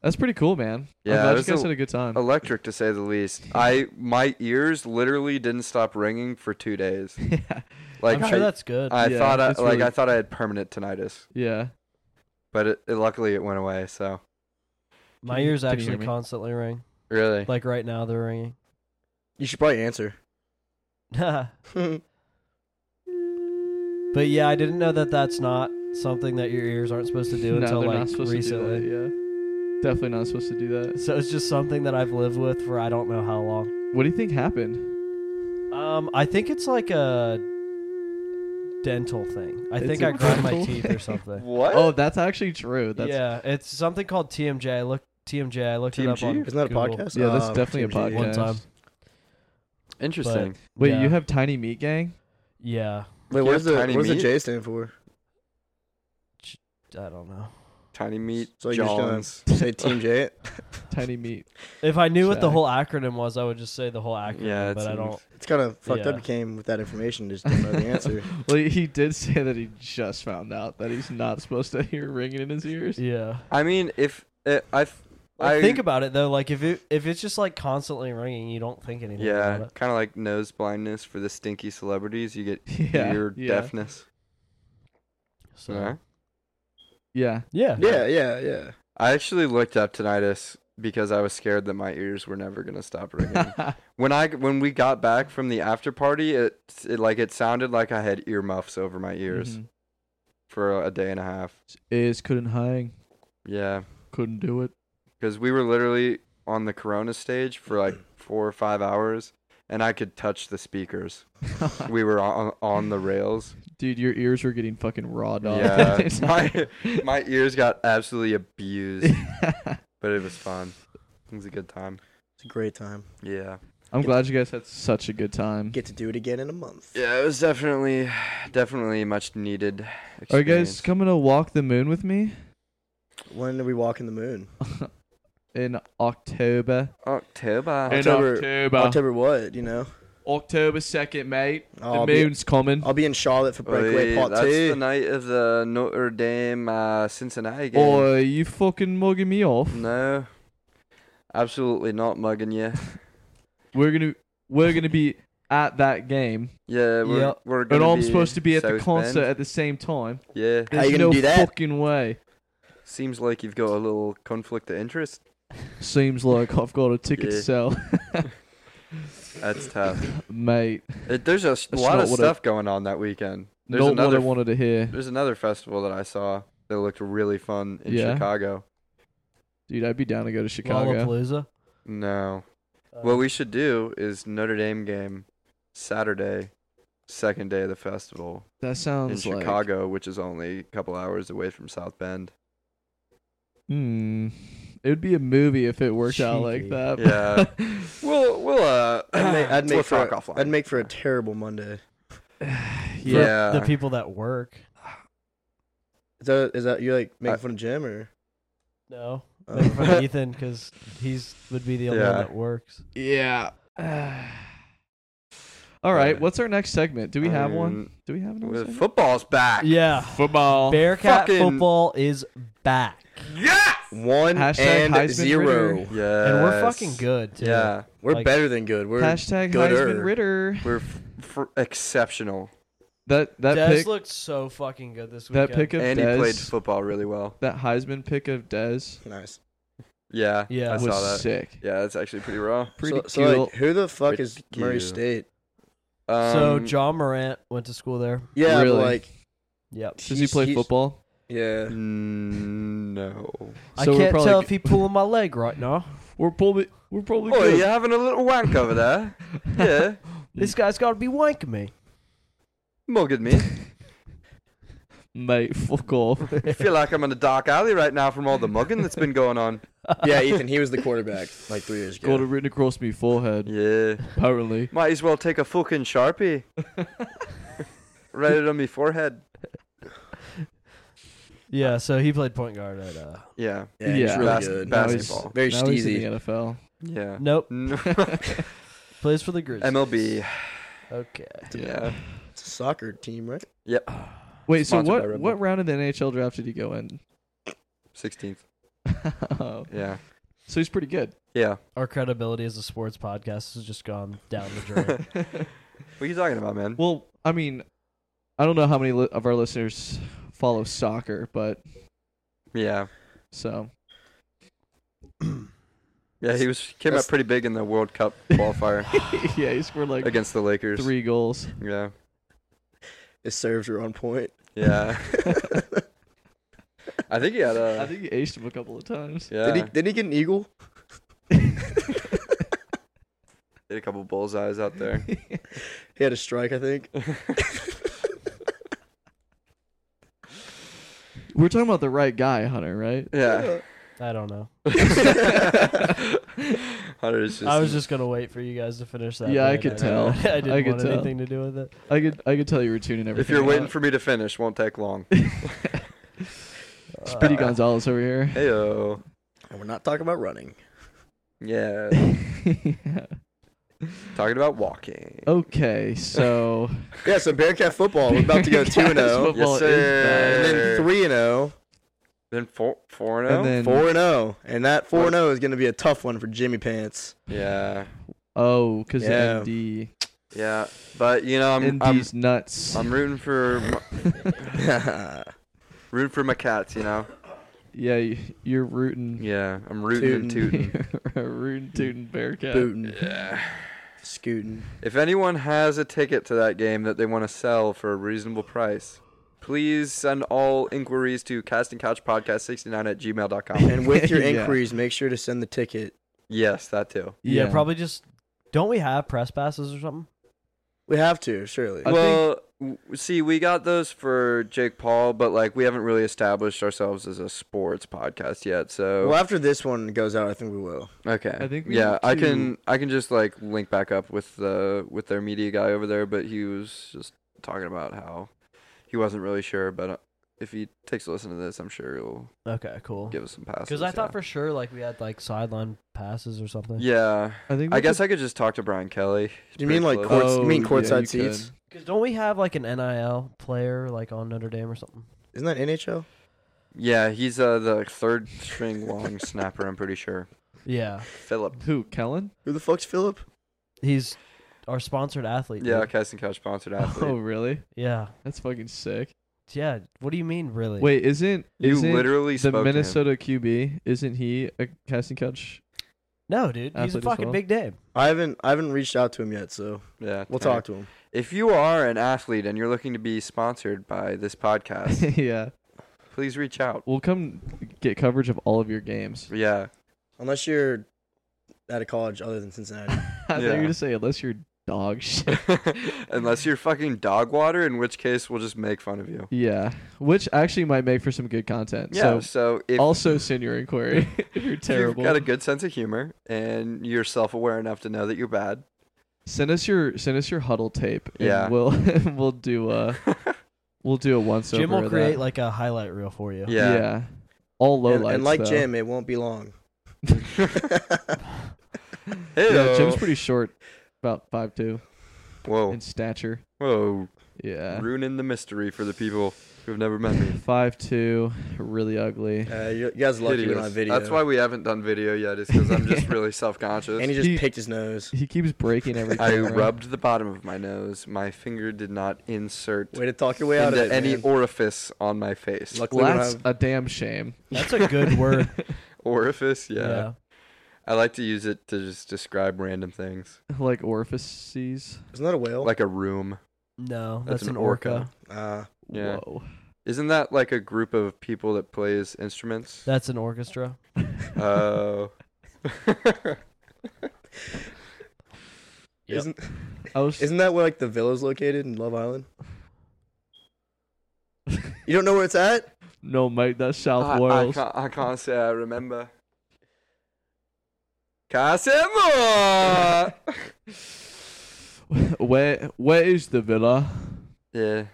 D: That's pretty cool, man.
C: Yeah,
D: I'm
C: it
D: glad you
C: was
D: guys
C: a-
D: had a good time.
C: Electric to say the least. I my ears literally didn't stop ringing for two days.
D: (laughs) yeah,
C: Like
E: I'm sure
C: I,
E: that's good.
C: I
D: Yeah,
C: thought I,
D: it's
C: like
D: really-
C: I thought I had permanent tinnitus,
D: yeah.
C: but it, it luckily it went away. So
E: My
D: Can you-
E: ears
D: can you hear
E: actually
D: me?
E: constantly ring.
C: really,
E: Like right now, they're ringing. (laughs)
B: you should probably
D: (laughs)
B: answer.
E: but
B: That's
E: yeah, I didn't know that that's not something that your ears aren't supposed to do
D: (laughs) no,
E: until
D: they're
E: like
D: not supposed
E: recently.
D: to do that. Yeah, definitely not supposed to do that.
E: So it's just something that I've lived with for I don't know how long.
D: What do you think happened?
E: Um, I think it's like a dental thing. I
D: It's
E: think
D: a
E: I grind my
D: dental
E: teeth
D: thing.
E: or
D: (laughs)
E: something.
C: what?
D: Oh, that's actually true. That's
E: yeah, it's something called TMJ. I looked TMJ. I looked it up
C: TMG?
E: on
B: Isn't that a
E: Google.
B: podcast?
D: yeah. That's
B: Oh,
D: definitely a
B: TMG.
D: podcast.
E: One time.
C: Interesting.
D: Wait,
E: yeah.
D: you have Tiny Meat Gang?
E: Yeah,
B: Wait,
C: You
B: what
C: have
B: does the what
C: tiny
B: does the
C: meat?
B: J stand for?
E: I don't
D: (laughs)
E: know.
C: Tiny meat
B: So you're just gonna
C: Johns.
B: say Team
C: (laughs)
B: J? it?
D: Tiny Meat.
E: If I knew what the
D: Check.
E: whole acronym was, I would just say the whole acronym.
C: Yeah, it
E: but I
C: seems-
E: don't.
B: It's kind of fucked up.
E: Yeah.
B: You came with that information, just didn't
D: (laughs)
B: know the
C: (laughs)
B: answer.
D: Well, he did say that he just found out that he's not supposed to hear ringing in his
E: (laughs)
D: ears.
E: Yeah.
C: I mean, if it, I, th-
E: Like,
C: I
E: think about it though. Like if it if it's just like constantly ringing, you don't think anything
C: yeah,
E: about it.
C: kind of like nose blindness for the stinky celebrities. You get (laughs)
D: Yeah,
C: ear
D: yeah.
C: deafness.
E: So
C: Yeah.
D: Yeah.
E: yeah,
B: yeah, yeah, yeah.
C: I actually looked up tinnitus because I was scared that my ears were never gonna (laughs) stop ringing.
D: (laughs)
C: when I when we got back from the after party, it, it like it sounded like I had earmuffs over my ears
D: Mhm.
C: for a day and a half.
D: Is couldn't hang,
C: Yeah,
D: couldn't do it. (laughs)
C: because we were literally on the Corona stage for (clears throat) like four or five hours, and I could touch the (laughs) speakers. We were on on the (laughs) rails.
D: Dude, your ears were getting fucking raw dog.
E: (laughs)
D: (laughs)
C: (laughs) Yeah, my my ears got absolutely abused, but it was fun. It was a good time.
B: It's a great time.
C: Yeah.
D: I'm glad you guys had such a good time.
B: Get to do it again in a month.
C: Yeah, it was definitely, definitely much needed.
D: Are you guys
C: experience.
D: coming to walk the moon with
C: (laughs)
D: me
B: When do we walk in the moon?
D: in October?
C: October.
B: And- October-
D: October.
B: October what? You know,
D: October 2nd, mate.
B: Oh,
D: the
B: I'll be,
D: moon's coming.
B: I'll be in Charlotte for breakaway
C: Wait,
B: part
C: that's
B: two.
C: the night of the Notre Dame uh, Cincinnati game.
D: Oh, you fucking mugging me off.
C: No, absolutely not mugging you.
D: We're gonna we're gonna be at that game,
C: Yeah, we're,
E: Yeah.
C: we're
D: and
C: gonna
D: I'm
C: be
D: supposed to be at the
C: South
D: concert
C: Bend.
D: at the same time.
C: Yeah,
B: How you
D: There's
B: gonna
D: no
B: do that?
D: fucking way.
C: seems like you've got a little conflict of interest.
D: Seems like I've got a ticket
C: Yeah.
D: to sell,
C: (laughs) That's tough.
D: mate.
C: It, Uh, there's a s-
D: That's
C: lot
D: not
C: of
D: what I-
C: stuff going on that weekend. There's
D: Not what
C: another
D: I wanted to hear,
C: There's another festival that I saw that looked really fun in
D: Yeah.
C: Chicago.
D: dude. I'd be down to go to Chicago.
E: Lollapalooza.
C: No.
E: Uh,
C: What we should do is Notre Dame game. Saturday, second day of the festival
D: That
C: in
D: sounds like
C: Chicago, which is only a couple hours away from South Bend.
D: Hmm. It would be a movie if it worked out like
E: Cheeky.
D: that.
C: Yeah.
D: (laughs)
C: We'll we'll uh
B: I'd make, I'd make
C: we'll
B: for
C: talk
B: a,
C: offline.
B: I'd make for a terrible Monday.
E: For
C: Yeah.
E: the people that work.
B: Is that is that you like making
C: I-
B: fun of Jim
D: (laughs)
B: or?
E: No,
B: uh,
E: never
C: (laughs)
E: mind Ethan because he's would be the only one
C: Oh. Yeah.
E: that works.
D: yeah. (sighs) All right. What's our next segment? Do we have one?
C: Um,
D: Do we have another
C: with-
D: segment?
C: Football's back.
E: Yeah,
D: Football.
E: Bearcat
C: Fucking-
E: football is back,
C: Yes.
B: One
D: Hashtag
B: and
D: Heisman
B: zero.
D: Ritter.
C: Yeah.
E: and we're fucking good too.
C: Yeah.
B: (laughs) We're
E: Like-
B: better than good. We're
D: Hashtag
B: gooder.
D: Heisman Ritter.
C: We're f- f- exceptional.
D: That that
E: Dez
D: pick
E: looked so fucking good this
D: that
E: weekend.
D: pick of
C: and
D: Dez,
C: he played football really well.
D: that Heisman pick of Dez
B: nice.
C: Yeah.
E: Yeah.
C: I
D: was
C: saw that.
D: sick.
C: Yeah, that's actually pretty raw.
D: Pretty
B: so, so
D: cool.
B: like, who the fuck is
C: Pretty
B: Murray
C: cute.
B: State?
C: Um,
E: so John Morant went to school there.
B: Yeah, but,
D: Really?
B: like
E: Yep.
D: Does he
B: he's-
D: play
B: he's-
D: football?
B: Yeah.
C: mm, No.
E: I
D: So we're
E: can't
D: probably
E: tell
D: g-
E: if he's pulling my leg right now.
C: (laughs)
D: We're probably we're probably
C: Oh,
D: good. (laughs)
C: you're having a little wank over there. Yeah.
E: This guy's got to be wanking me.
C: Mugging me.
D: Mate, fuck off.
C: I feel like I'm in a dark alley right now from all the mugging that's been going on.
B: Yeah,
D: (laughs)
B: Ethan, he was the quarterback like three years
D: Got it
B: ago.
D: written across me forehead.
C: Yeah.
D: Apparently.
C: Might as well take a fucking sharpie. Write it on my forehead.
E: Yeah, so he played point guard at. Uh,
C: Yeah.
B: Yeah,
D: Yeah.
B: he's really
C: Bas-
B: good.
D: Now he's-
C: basketball.
B: Very
D: now he's in the
B: steezy.
D: NFL.
C: Yeah.
E: nope,
C: (laughs) No.
E: plays for the Grizzlies.
C: MLB.
E: Okay.
C: Yeah.
B: It's a soccer team, right?
C: Yep.
D: Wait, so
C: Sponsored by
D: what
C: Red
D: what
C: Bull.
D: round of the NHL draft did he go in? (laughs) Oh,
C: 16th.
D: so
C: Yeah.
D: he's pretty good.
C: Yeah.
E: Our credibility as a sports podcast has just gone down the
C: (laughs)
E: drain.
C: What are you talking about, man?
D: Well, I mean, I don't know how many li- of our listeners follow soccer, but
C: Yeah.
D: so
C: Yeah, he was came
B: That's-
C: up pretty big in the World Cup qualifier
D: (laughs) yeah, he scored like
C: against the Lakers.
D: three goals.
C: Yeah.
B: His serves were on point.
C: (laughs)
B: (laughs)
C: Yeah. I think he had
D: I
C: a.
D: think he aced him a couple of times.
C: Yeah.
B: Did he did he get an eagle?
C: Hit a couple bullseyes out there.
B: He had a strike, I think.
D: We're talking about the right guy, Hunter, right?
B: (laughs)
C: Yeah.
E: I don't know.
C: (laughs) Hunter is just.
E: I was just gonna wait for you guys to finish that.
D: Yeah, I
E: bit.
D: could
E: didn't-
D: tell.
E: (laughs) I didn't
D: I could
E: want
D: tell.
E: anything to do with it.
D: I could I could tell you were tuning
C: if
D: everything.
C: you're waiting for me to finish, won't take long.
D: (laughs)
E: Uh,
D: Speedy Gonzalez over here. (laughs)
C: Heyo.
B: And we're not talking about running.
C: Yeah.
D: Yeah.
C: Talking about walking.
D: Okay, so
B: Yeah, so Bearcat football. We're about to (laughs)
D: (laughs)
B: go two and zero,
D: Football
C: Yes,
D: is back.
B: and
C: sir.
B: then three and zero,
C: Then four, four and
D: and
C: oh.
D: then
B: four and zero, and that four and zero is going to be a tough one for Jimmy (laughs) Pants.
C: Yeah,
D: oh, because
B: Yeah.
D: MD
C: yeah. But you know, I'm I'm,
D: MD's nuts.
C: I'm rooting
D: (laughs)
C: for my-
B: Tootin'.
C: rooting for my cats. You know.
D: yeah, y- you're rooting.
C: Yeah, I'm rooting and
D: (laughs)
C: tooting.
D: you're rooting, tooting Bearcat.
B: booting,
C: Yeah.
B: scooting.
C: If anyone has a ticket to that game that they want to sell for a reasonable price, please send all inquiries to castingcouchpodcast69
B: (laughs)
C: at gmail.com.
B: And with your
D: Yeah.
B: inquiries, make sure to send the ticket.
C: yes, that too.
E: Yeah, probably just. Don't we have press passes or something?
B: We have to, surely.
D: I
C: well, w- see, we got those for Jake Paul, but like we haven't really established ourselves as a sports podcast yet. So
B: Well, after this one goes out, I think we will.
C: Okay.
D: I think we
C: yeah,
D: need
C: I
D: to-
C: can I can just like link back up with the with their media guy over there, but he was just talking about how he wasn't really sure, but uh, if he takes a listen to this, I'm sure he'll
E: Okay, cool.
C: give us some passes.
E: Because I
C: yeah.
E: thought for sure like we had like sideline passes or something.
C: Yeah,
D: I think.
C: I
D: we
C: guess
D: could-
C: I could just talk to Brian Kelly. He's
B: Do you
C: pretty
B: mean, like,
C: close.
B: courts- you mean
D: Oh, yeah,
B: courtside
D: you
B: seats?
D: could.
E: Because don't we have like an NIL player like on Notre Dame or something?
B: Isn't that NHL?
C: Yeah, he's uh, the third
B: (laughs)
C: string long snapper. I'm pretty sure.
E: Yeah,
C: Philip.
D: Who? Kellen?
B: Who the fuck's Philip?
E: he's our sponsored athlete.
C: Yeah,
E: dude.
C: casting couch sponsored athlete.
D: Oh, really?
E: yeah,
D: That's fucking sick.
E: yeah. What do you mean, really?
D: Wait, isn't
C: you
D: isn't
C: literally
D: the
C: spoke to him.
D: Minnesota QB? Isn't he a casting couch?
E: no, dude, he's a
D: athlete as
E: fucking
D: well?
E: big name.
B: I haven't I haven't reached out to him yet, so
C: Yeah,
B: we'll
C: Tanner.
B: talk to him.
C: If you are an athlete and you're looking to be sponsored by this
D: (laughs)
C: podcast,
D: yeah,
C: please reach out.
D: we'll come get coverage of all of your games. (laughs)
C: Yeah.
B: Unless you're out of college other than Cincinnati.
D: I thought you were
C: Yeah.
D: gonna say unless you're dog shit.
C: Unless you're fucking dog water, in which case we'll just make fun of you.
D: yeah, which actually might make for some good content.
C: Yeah. So,
D: So
C: if
D: also send your inquiry (laughs)
C: (laughs)
D: if you're terrible.
C: you've got a good sense of humor and you're self-aware enough to know that you're bad,
D: send us your send us your huddle tape. And
C: Yeah.
D: We'll (laughs) we'll
C: (laughs)
D: do a we'll do a once over.
E: Jim will create like a highlight reel for you.
C: yeah.
D: All low
B: and,
D: lights.
B: and like
D: though.
B: Jim, it won't be long.
D: Yeah, Jim's
C: Ew.
D: pretty short, about five two
C: Whoa,
D: in stature.
C: whoa,
D: Yeah.
C: ruining the mystery for the people who've never met me.
D: (laughs) Five two, really ugly.
B: (laughs) Uh, you, you guys are lucky we're
C: Hideous.
B: not video.
C: That's why we haven't done video yet, is because I'm just really self-conscious.
B: and he just
D: He-
B: picked his nose.
D: He keeps breaking
C: (laughs)
D: every. (laughs)
C: I
D: camera.
C: rubbed the bottom of my nose. My finger did not insert
B: Way to talk your way out of
C: into
B: it.
C: any
B: man.
C: orifice on my face.
B: Luckily, we don't
D: That's
B: have,
D: a damn shame.
E: That's a
C: (laughs)
E: good word.
C: Orifice, yeah.
E: yeah.
C: I like to use it to just describe random things,
D: (laughs) Like orifices.
B: isn't that a whale? (laughs)
C: like a room.
E: No, that's,
C: That's an
E: an
C: orca.
E: orca.
B: Uh,
C: Yeah.
D: Whoa.
C: Isn't that like a group of people that plays instruments?
E: That's an orchestra.
C: Oh.
A: Yep.
B: Isn't
D: (laughs) I was.
B: isn't that where like the villa's located in Love Island? You don't know where it's at?
D: (laughs) no, mate. That's South
C: I, I
D: Wales.
C: can't, I can't say I remember. Casimir!
D: (laughs) where Where is the villa,
C: (laughs) yeah.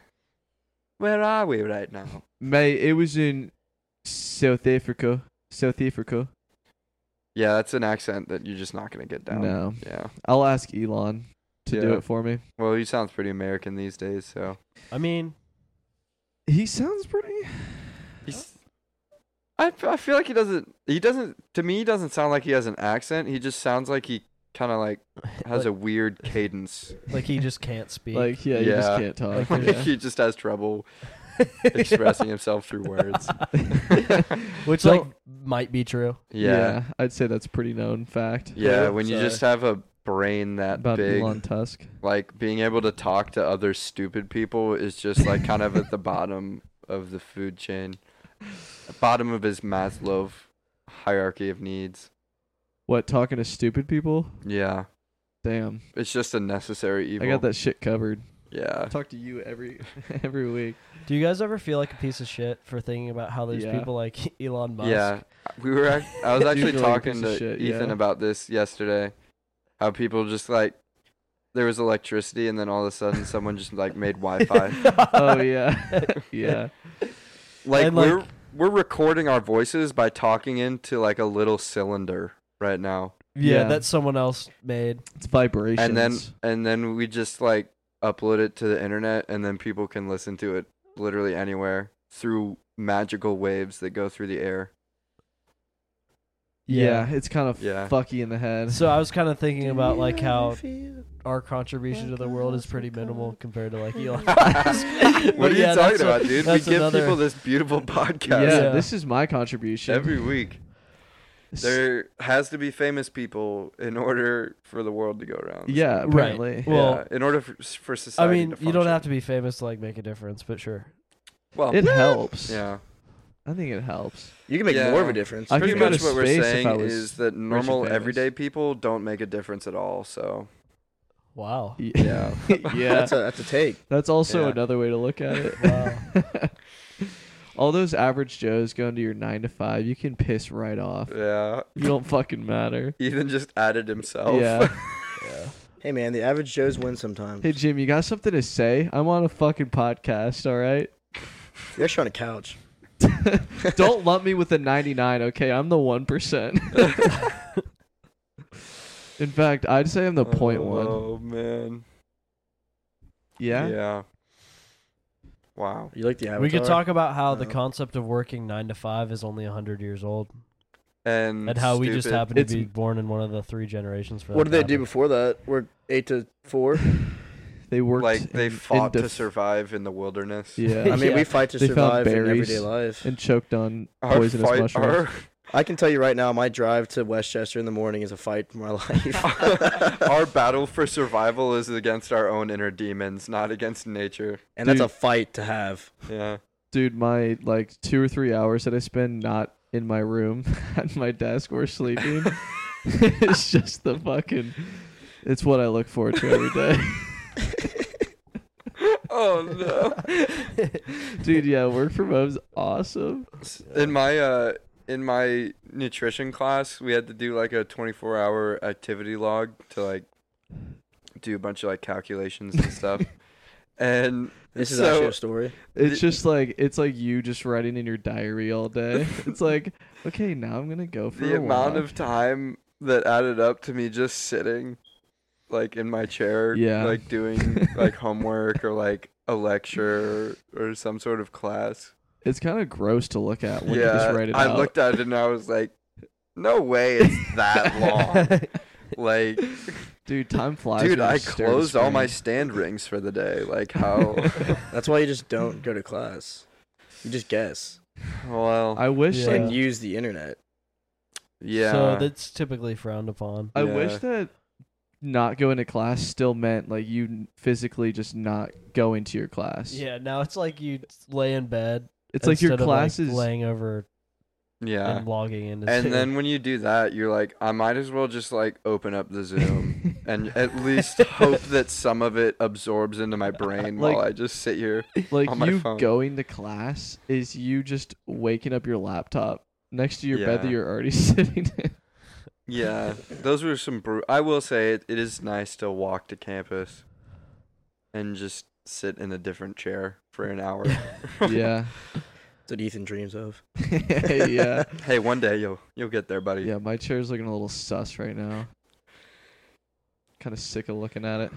C: Where are we right now?
D: mate? It was in South Africa. South Africa.
C: Yeah, that's an accent that you're just not going to get down.
D: No,
C: Yeah.
D: I'll ask Elon to do
C: Yeah.
D: it for me.
C: Well, he sounds pretty American these days, so.
E: I mean,
D: He sounds pretty.
C: He's, I, f- I feel like he doesn't. He doesn't. To me, he doesn't sound like he has an accent. He just sounds like he kind of like (laughs) has a
E: like,
C: weird cadence.
E: like he just can't speak. (laughs)
D: (laughs) Like yeah, you
C: Yeah.
D: just
C: (laughs)
D: can't talk.
C: Like,
D: yeah.
C: he just has trouble expressing himself through words.
E: which
D: So-
E: like might be true.
C: Yeah.
D: I'd say that's pretty known fact
C: Yeah. when you just have a brain that
D: about
C: big,
D: Elon Tusk.
C: like being able to talk to other stupid people is just like kind of at the bottom of the food chain, bottom of his Maslow hierarchy of needs.
D: What talking to stupid people?
C: Yeah.
D: Damn,
C: It's just a necessary evil.
D: I got that shit covered.
C: Yeah.
D: I talk to you every (laughs) every
E: (laughs)
D: week.
E: Do you guys ever feel like a piece of shit for thinking about how there's
D: Yeah.
E: people like (laughs) Elon Musk?
C: Yeah, we were. Act- I
D: (laughs)
C: was
D: You
C: actually
D: feel like a
C: talking
D: piece of
C: to
D: shit,
C: Ethan
D: yeah.
C: about this yesterday. How people just like there was electricity, and then all of a sudden someone just like made
E: (laughs)
D: (laughs)
C: Wi-Fi.
D: Oh yeah, yeah.
C: like,
E: And, like-
C: we're we're recording our voices by talking into like a little cylinder right now,
E: yeah,
D: Yeah.
E: that someone else made.
D: It's vibrations.
C: and then and then we just like upload it to the internet, and then people can listen to it literally anywhere through magical waves that go through the air.
D: yeah, it's kind of
C: Yeah.
D: fucky in the head.
E: So I was kind of thinking about like how our contribution to the world is pretty minimal compared to like Elon.
C: what
E: But
C: are you
E: yeah,
C: talking
E: that's a-
C: about,
D: (laughs)
C: dude? We
E: that's
C: give
E: another-
C: people this beautiful (laughs) podcast.
D: yeah,
E: Yeah.
D: this is my contribution.
C: Every week,
D: S-
C: there has to be famous people in order for the world to go around.
D: yeah,
E: Right.
D: apparently.
C: Yeah,
E: Well,
C: in order for, for
E: I
C: society.
E: mean,
C: to
E: you don't have to be famous to like make a difference, but sure.
C: Well,
D: It helps.
C: yeah.
D: I think it helps.
B: You can make
C: Yeah.
B: more of a difference.
D: I
C: Pretty
D: could go to
C: much what we're
D: space if I
C: saying
D: was
C: is that
D: and
C: normal
D: famous.
C: everyday people don't make a difference at all. So
E: Wow.
C: (laughs)
D: Y-
C: yeah,
D: (laughs)
C: (laughs)
D: yeah.
B: that's a that's a take.
D: That's also
C: Yeah.
D: another way to look at it.
E: Wow. (laughs)
C: (laughs)
D: All those average Joes going to your nine to five, you can piss right off.
C: yeah. (laughs)
D: You don't fucking matter.
C: Ethan just added himself. (laughs)
D: Yeah.
B: Hey man, the average Joes win sometimes.
D: Hey Jim, you got something to say? I'm on a fucking podcast, all right?
B: You're actually on a couch.
D: (laughs) Don't lump me with the 99, okay? I'm the 1%. (laughs) In fact, I'd say I'm the point one.
C: Oh man.
D: Yeah?
C: Yeah. Wow.
B: You like the average?
E: We could talk about how the
B: No.
E: concept of working nine to five is only hundred years old,
C: And
E: and how we just
C: Mm, stupid.
E: happen to
D: It's-
E: be born in one of the three generations. For that
B: What did
E: to
B: they do
E: happen.
B: before that? We're eight to
D: (laughs)
B: four.
D: (sighs) They worked
C: like they
D: in- in
C: fought to
D: def-
C: survive in the wilderness.
D: (laughs) Yeah.
B: I mean,
E: Yeah.
B: we fight to
D: They found
B: survive in
D: berries
B: everyday life.
D: and choked on
C: Our
D: poisonous
C: fight-
D: mushrooms.
C: our-
B: I can tell you right now, my drive to Westchester in the morning is a fight for my (laughs) life,
C: (laughs) our battle for survival is against our own inner demons, not against nature.
B: and that's a
D: Dude.
B: fight to have.
C: Yeah.
D: Dude, my like 2 or 3 hours that I spend not in my (laughs)
C: (laughs)
D: room at my desk or sleeping. it's just the fucking It's what I look forward to every day.
C: (laughs) Oh no.
D: Dude, yeah, work from home's awesome.
C: (laughs) In my uh in my nutrition class, we had to do like a 24-hour activity log to like do a bunch of like calculations and (laughs) stuff. and
B: This is
C: so,
B: actually a story.
D: It's just like it's like you just writing in your diary all day.
C: (laughs)
D: It's like, okay, now I'm gonna go for
C: the
D: a
C: amount
D: walk.
C: of time that added up to me just sitting like in my chair
D: Yeah.
C: like doing like homework or like a lecture or, or some sort of class
D: It's kind of gross to look at when
C: yeah
D: you just write it
C: i
D: out.
C: looked at it and i was like no way it's
D: (laughs)
C: that long like
D: Dude, time flies.
C: dude
D: when you
C: i
D: stare at a
C: closed all my
D: screen.
C: stand rings for the day
D: (laughs)
C: like how (laughs)
B: That's why you just don't go to class. You just guess
C: well
D: I wish
E: Yeah.
D: like
B: and use the internet.
C: yeah
E: So that's typically frowned upon.
D: I wish
C: Yeah.
D: that not going to class still meant like you n- physically just not going to your class.
E: Yeah, now it's like you lay in bed.
D: It's like your
E: instead of,
D: class is
E: laying over
C: yeah
E: and logging into.
C: and then when you do that you're like i might as well just like open up
D: (laughs)
C: the zoom (laughs) and at least hope that some of it absorbs into my
D: (laughs)
C: brain while
D: Like-
C: I just sit here.
D: like
C: on my
D: you
C: phone.
D: going to class is you just waking up your laptop next to your bed that
C: Yeah.
D: you're already (laughs) sitting in.
C: Yeah, those were some. Bru- I will say it, it is nice to walk to campus and just sit in a different chair for an hour.
D: yeah. (laughs)
B: That's what Ethan dreams
C: (laughs)
B: of.
D: yeah.
C: hey, one day you'll you'll get there, buddy.
D: Yeah, my chair's looking a little sus right now. Kind of sick of looking at it.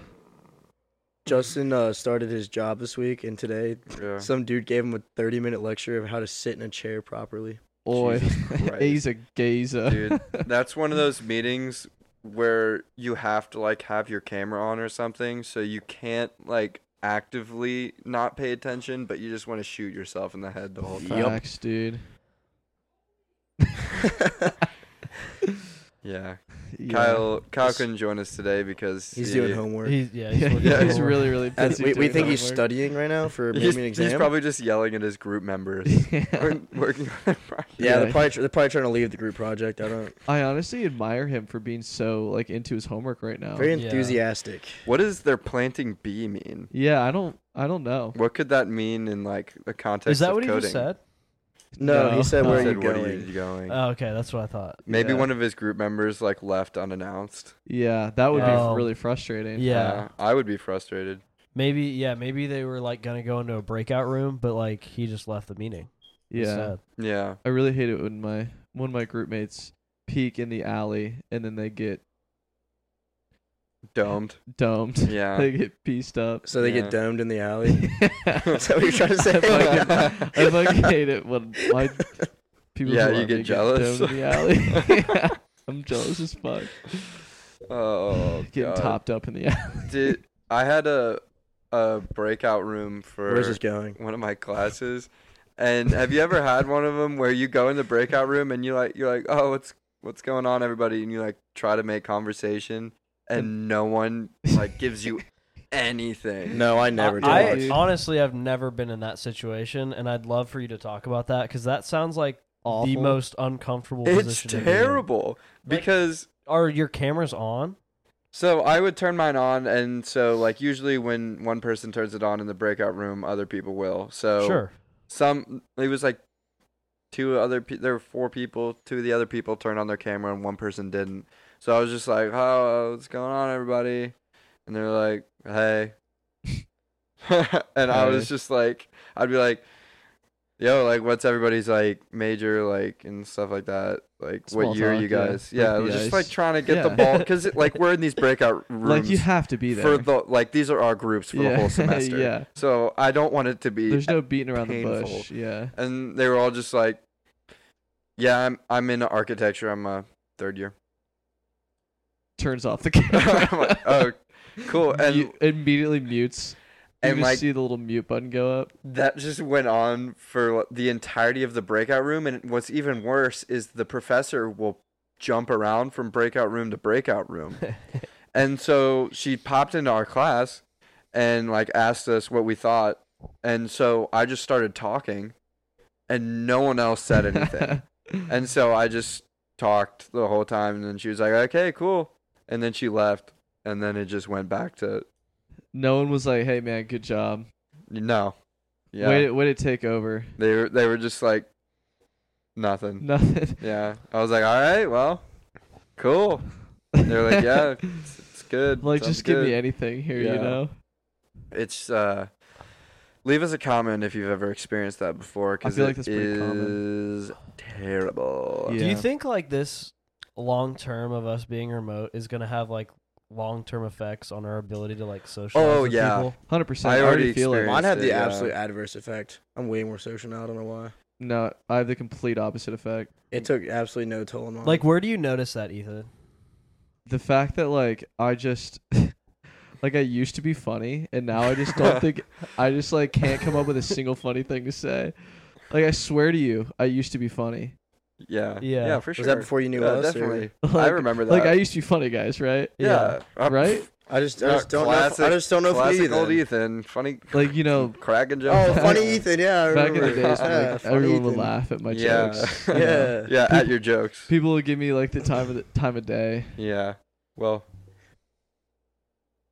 B: Justin uh, started his job this week, and today
C: Yeah.
B: (laughs) some dude gave him a 30 minute lecture of how to sit in a chair
C: (laughs)
B: properly.
D: Boy,
C: Christ.
D: (laughs) he's a gazer. (laughs)
C: Dude, That's one of those meetings where you have to like have your camera on or something, so you can't like actively not pay attention, but you just want to shoot yourself in the head the whole time.
B: Yup.
D: Facts, dude.
C: Yeah.
D: Yeah.
C: Kyle Kyle
B: He's-
C: couldn't join us today because
B: He's
C: he-
B: doing homework.
E: he's yeah, he's,
D: (laughs) (laughs) Yeah,
E: looking
D: he's
E: for-
C: (laughs)
D: really, really
B: And
D: busy.
B: we, we
D: doing
B: think he's
D: homework.
B: studying right now for maybe
C: He's,
B: an
C: he's
B: exam.
C: probably just yelling at his group members
B: (laughs)
C: (laughs)
D: (laughs) Yeah.
C: We're working on (laughs) their project.
B: yeah,
D: yeah.
B: They're, probably, tr- they're probably trying to leave the group project. I don't.
D: I honestly admire him for being so like into his homework right now.
B: Very
E: yeah.
B: enthusiastic.
C: What does their planting B mean?
D: yeah, I don't, I don't know.
C: What could that mean in like the context
E: Is that
C: of
E: what he
C: coding?
E: just said?
B: No,
D: No.
B: he
D: (laughs)
B: said,
E: He
B: "Where
C: He
B: are
C: said,
B: you
C: "What
B: going?"
C: going?
E: Oh, okay, that's what I thought.
C: Maybe
B: Yeah.
C: one of his group members like left unannounced.
D: Yeah, that would
E: Yeah.
D: be really frustrating.
E: Um, Yeah.
C: Uh, I would be frustrated.
E: Maybe yeah, maybe they were like gonna go into a breakout room, but like he just left the meeting.
D: yeah.
E: Instead.
C: Yeah.
D: I really hate it when my one of my group mates peek in the alley and then they get (laughs)
C: Domed.
D: domed.
C: Yeah.
D: they get pieced up.
B: So they
C: Yeah.
B: get domed in the
D: (laughs)
B: alley.
D: Is
B: Is that what you're trying to say?
D: I fucking,
C: (laughs)
D: I fucking hate it when my people.
C: Yeah,
D: who
C: you
D: love
C: get
D: me
C: jealous.
D: domed in the alley. (laughs) Yeah,
C: (laughs)
D: I'm jealous as fuck.
C: Oh,
D: (laughs) Getting
C: God.
D: topped up in the alley.
C: Did I had a a breakout room
B: (laughs)
C: for
B: Where's this going?
C: one of my classes. And have you ever had one of them where you go in the breakout room and you like you're like, "Oh, what's what's going on everybody?" and you like try to make conversation and no one like gives
D: (laughs)
C: you anything.
B: No, I never did.
E: I,
D: did.
E: I honestly have never been in that situation, and I'd love for you to talk about that because that sounds like the
D: Awful.
E: most uncomfortable.
C: It's
E: position to be in.
C: terrible
E: Like-
C: because
E: Are your cameras on?
C: so I would turn mine on and so like usually when one person turns it on in the breakout room, other people will. So
E: Sure.
C: some it was like two other pe- there were four people two of the other people turned on their camera and one person didn't so i was just like oh what's going on everybody and they're like hey (laughs) and i was
D: Hey.
C: just like i'd be like yo like what's everybody's like major like and stuff like that like
D: Small
C: what year
D: talk,
C: you
D: yeah.
C: guys
D: Break
C: yeah, I
D: the
C: was
D: ice.
C: just like trying to get the
D: Yeah.
C: ball
D: (laughs)
C: because like we're in these breakout rooms
D: Like you have to be there
C: for the like these are our groups for
D: (laughs) Yeah,
C: the whole semester
D: yeah.
C: so i don't want it to be
D: There's no beating around the
C: painful.
D: bush. Yeah.
C: and they were all just like, "Yeah, I'm I'm in architecture. I'm a third year." (laughs)
D: Turns off the (laughs) camera.
C: I'm like, (laughs) "Oh, cool." And
D: Mu- immediately mutes. You
C: and
D: just
C: like
D: see the little mute button go up.
C: that just went on for the entirety of the breakout room. And what's even worse is the professor will jump around from breakout room to breakout room. and so she popped into our class and like asked us what we thought. And so I just started talking, and no one else said
D: (laughs)
C: anything. And so I just talked the whole time, and then she was like, "Okay, cool," and then she left. and then it just went back to
D: No one was like, "Hey man, good job.
C: no. Yeah.
D: Way, to- way to take over."
C: They were they were just like nothing.
D: Nothing.
C: Yeah. I was like, all right, well, cool. They were like,
D: (laughs)
C: yeah, it's, it's good.
D: like
C: sounds
D: just give me
C: good."
D: anything here, you
C: Yeah.
D: know.
C: It's uh, leave us a comment if you've ever experienced that before, because
D: feel like
C: it
D: that's pretty common.
C: is terrible.
D: Yeah.
E: Do you think like this long term of us being remote is gonna have like long term effects on our ability to like socialize?
C: Oh,
E: with
C: yeah.
E: people?
D: Hundred percent.
C: I
D: I already,
C: already
D: feel it.
C: experienced-
B: Mine had the
C: Yeah.
B: absolute adverse effect. I'm way more social now. I don't know why.
D: No, I have the complete opposite effect.
B: It took absolutely no toll on mine.
E: Like, where do you notice that, Ethan?
D: the fact that like I just (laughs) like I used to be funny and now I just
C: (laughs)
D: don't think I just like can't come up with a single funny thing to say. Like I swear to you, I used to be funny. (laughs)
C: Yeah.
E: Yeah.
C: Yeah. For sure.
B: was that before you knew
C: Yeah,
B: us? or-
C: definitely.
D: Like,
C: I remember that.
D: Like I used to be funny, guys, right?
C: yeah. Uh,
D: Right?
B: I just, I
C: Yeah,
B: just don't know. If, I just don't know if
C: classic
B: we
C: old
B: Ethan.
C: Ethan. Funny. (laughs)
D: Like you know,
C: Crack and
B: Oh,
C: jokes.
B: (laughs) funny
D: (laughs)
B: Ethan. Yeah, I
D: back in the
B: remember.
D: days, when,
B: Yeah,
D: like,
B: funny
D: everyone would
B: Ethan.
D: laugh at my
C: yeah. (laughs)
D: jokes. you know?
B: Yeah.
C: yeah. At your jokes.
D: People would give me like the time of the time of day.
C: Yeah. Well,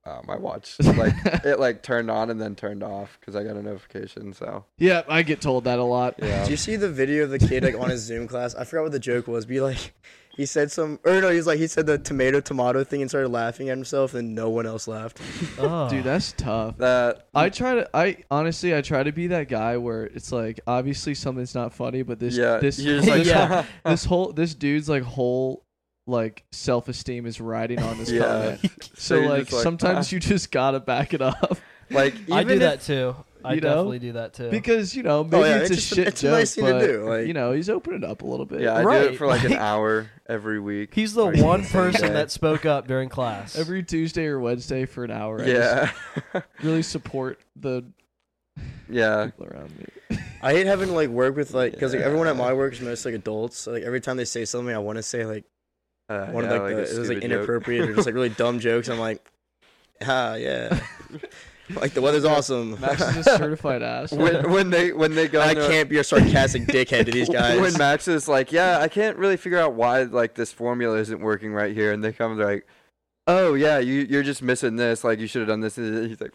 C: uh, my watch (laughs)
D: (laughs)
C: like it like turned on and then turned off because I got a notification. So
D: Yeah, I get told that a lot.
C: yeah.
B: Do you see the video of the kid like on his Zoom class? I forgot what the joke was. Be like, (laughs) he said some, or no, he was like, he said the tomato tomato thing and started laughing at himself, and no one else laughed.
E: Oh.
D: Dude, that's
C: (laughs)
D: tough.
C: that
D: I try to. I honestly, I try to be that guy where it's like obviously something's not funny, but this
C: yeah.
D: this
C: you're just like,
D: (laughs)
C: (laughs)
D: this,
C: yeah.
D: this whole this dude's like whole like self esteem is riding
E: (laughs)
D: on this
C: Yeah.
D: comment.
C: So
D: So,
C: you're
D: like,
C: just like,
D: sometimes
C: ah.
D: you just gotta back
E: (laughs)
D: it up
C: like
E: I
C: even
E: do
C: if-
E: that too. I
D: you know?
E: definitely do that too.
D: because you know maybe
B: yeah,
D: it's,
B: it's
D: a
B: just a-
D: shit
B: it's a
D: joke,
B: nice thing to
D: but,
B: do, like-
D: you know he's opening up a little bit.
C: Yeah, I do
E: Right,
C: it for like an
E: like-
C: hour
E: (laughs)
C: every week.
E: he's the
C: or even
E: one
C: same
E: person
C: day.
E: that spoke up during class. (laughs)
D: Every Tuesday or Wednesday for an hour. I just
C: Yeah. (laughs)
D: really support the
C: yeah.
D: people around me.
B: I hate having to like work with like, because like everyone at
C: Yeah.
B: my work is mostly like adults. So, like every time they say something, I want to say like
C: Uh,
B: one
C: yeah,
B: of like,
C: a
B: the, it was like
C: stupid joke.
B: inappropriate or just
C: (laughs)
B: like really dumb jokes. I'm like, ah, yeah, like the weather's awesome.
D: (laughs) Max is a certified ass.
C: when, when they when they
B: (laughs)
C: go
B: I
C: into-
B: can't be a sarcastic dickhead to these guys.
C: (laughs) When Max is like, "Yeah, I can't really figure out why like this formula isn't working right here," and they come, they're like, "Oh yeah, you you're just missing this. Like you should have done this." (laughs) And he's like,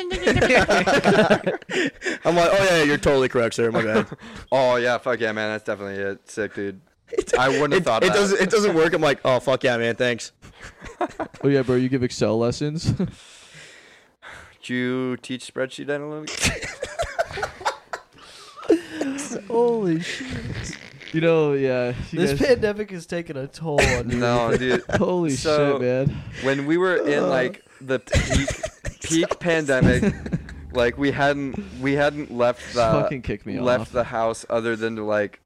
B: (laughs) I'm like, oh yeah, you're totally correct, sir. My bad.
C: "Oh yeah, fuck yeah, man, that's definitely it. Sick, dude. (laughs) I wouldn't have
B: it,
C: thought
B: it
C: of that.
B: doesn't. It doesn't work. I'm like, oh fuck yeah, man, thanks.
D: (laughs) oh yeah, bro, you give Excel lessons. (laughs)
C: Do you teach spreadsheet
D: (laughs)
C: analytics?"
E: Holy shit!
D: you know, yeah. you
E: This
D: guys-
E: pandemic is taking a toll on you.
C: no, dude.
D: Holy
C: So-
D: shit, man.
C: When we were
D: (laughs)
C: in like the peak peak pandemic, like we hadn't we hadn't left
D: Just
C: the
D: fucking kick me
C: left
D: off.
C: the house other than to like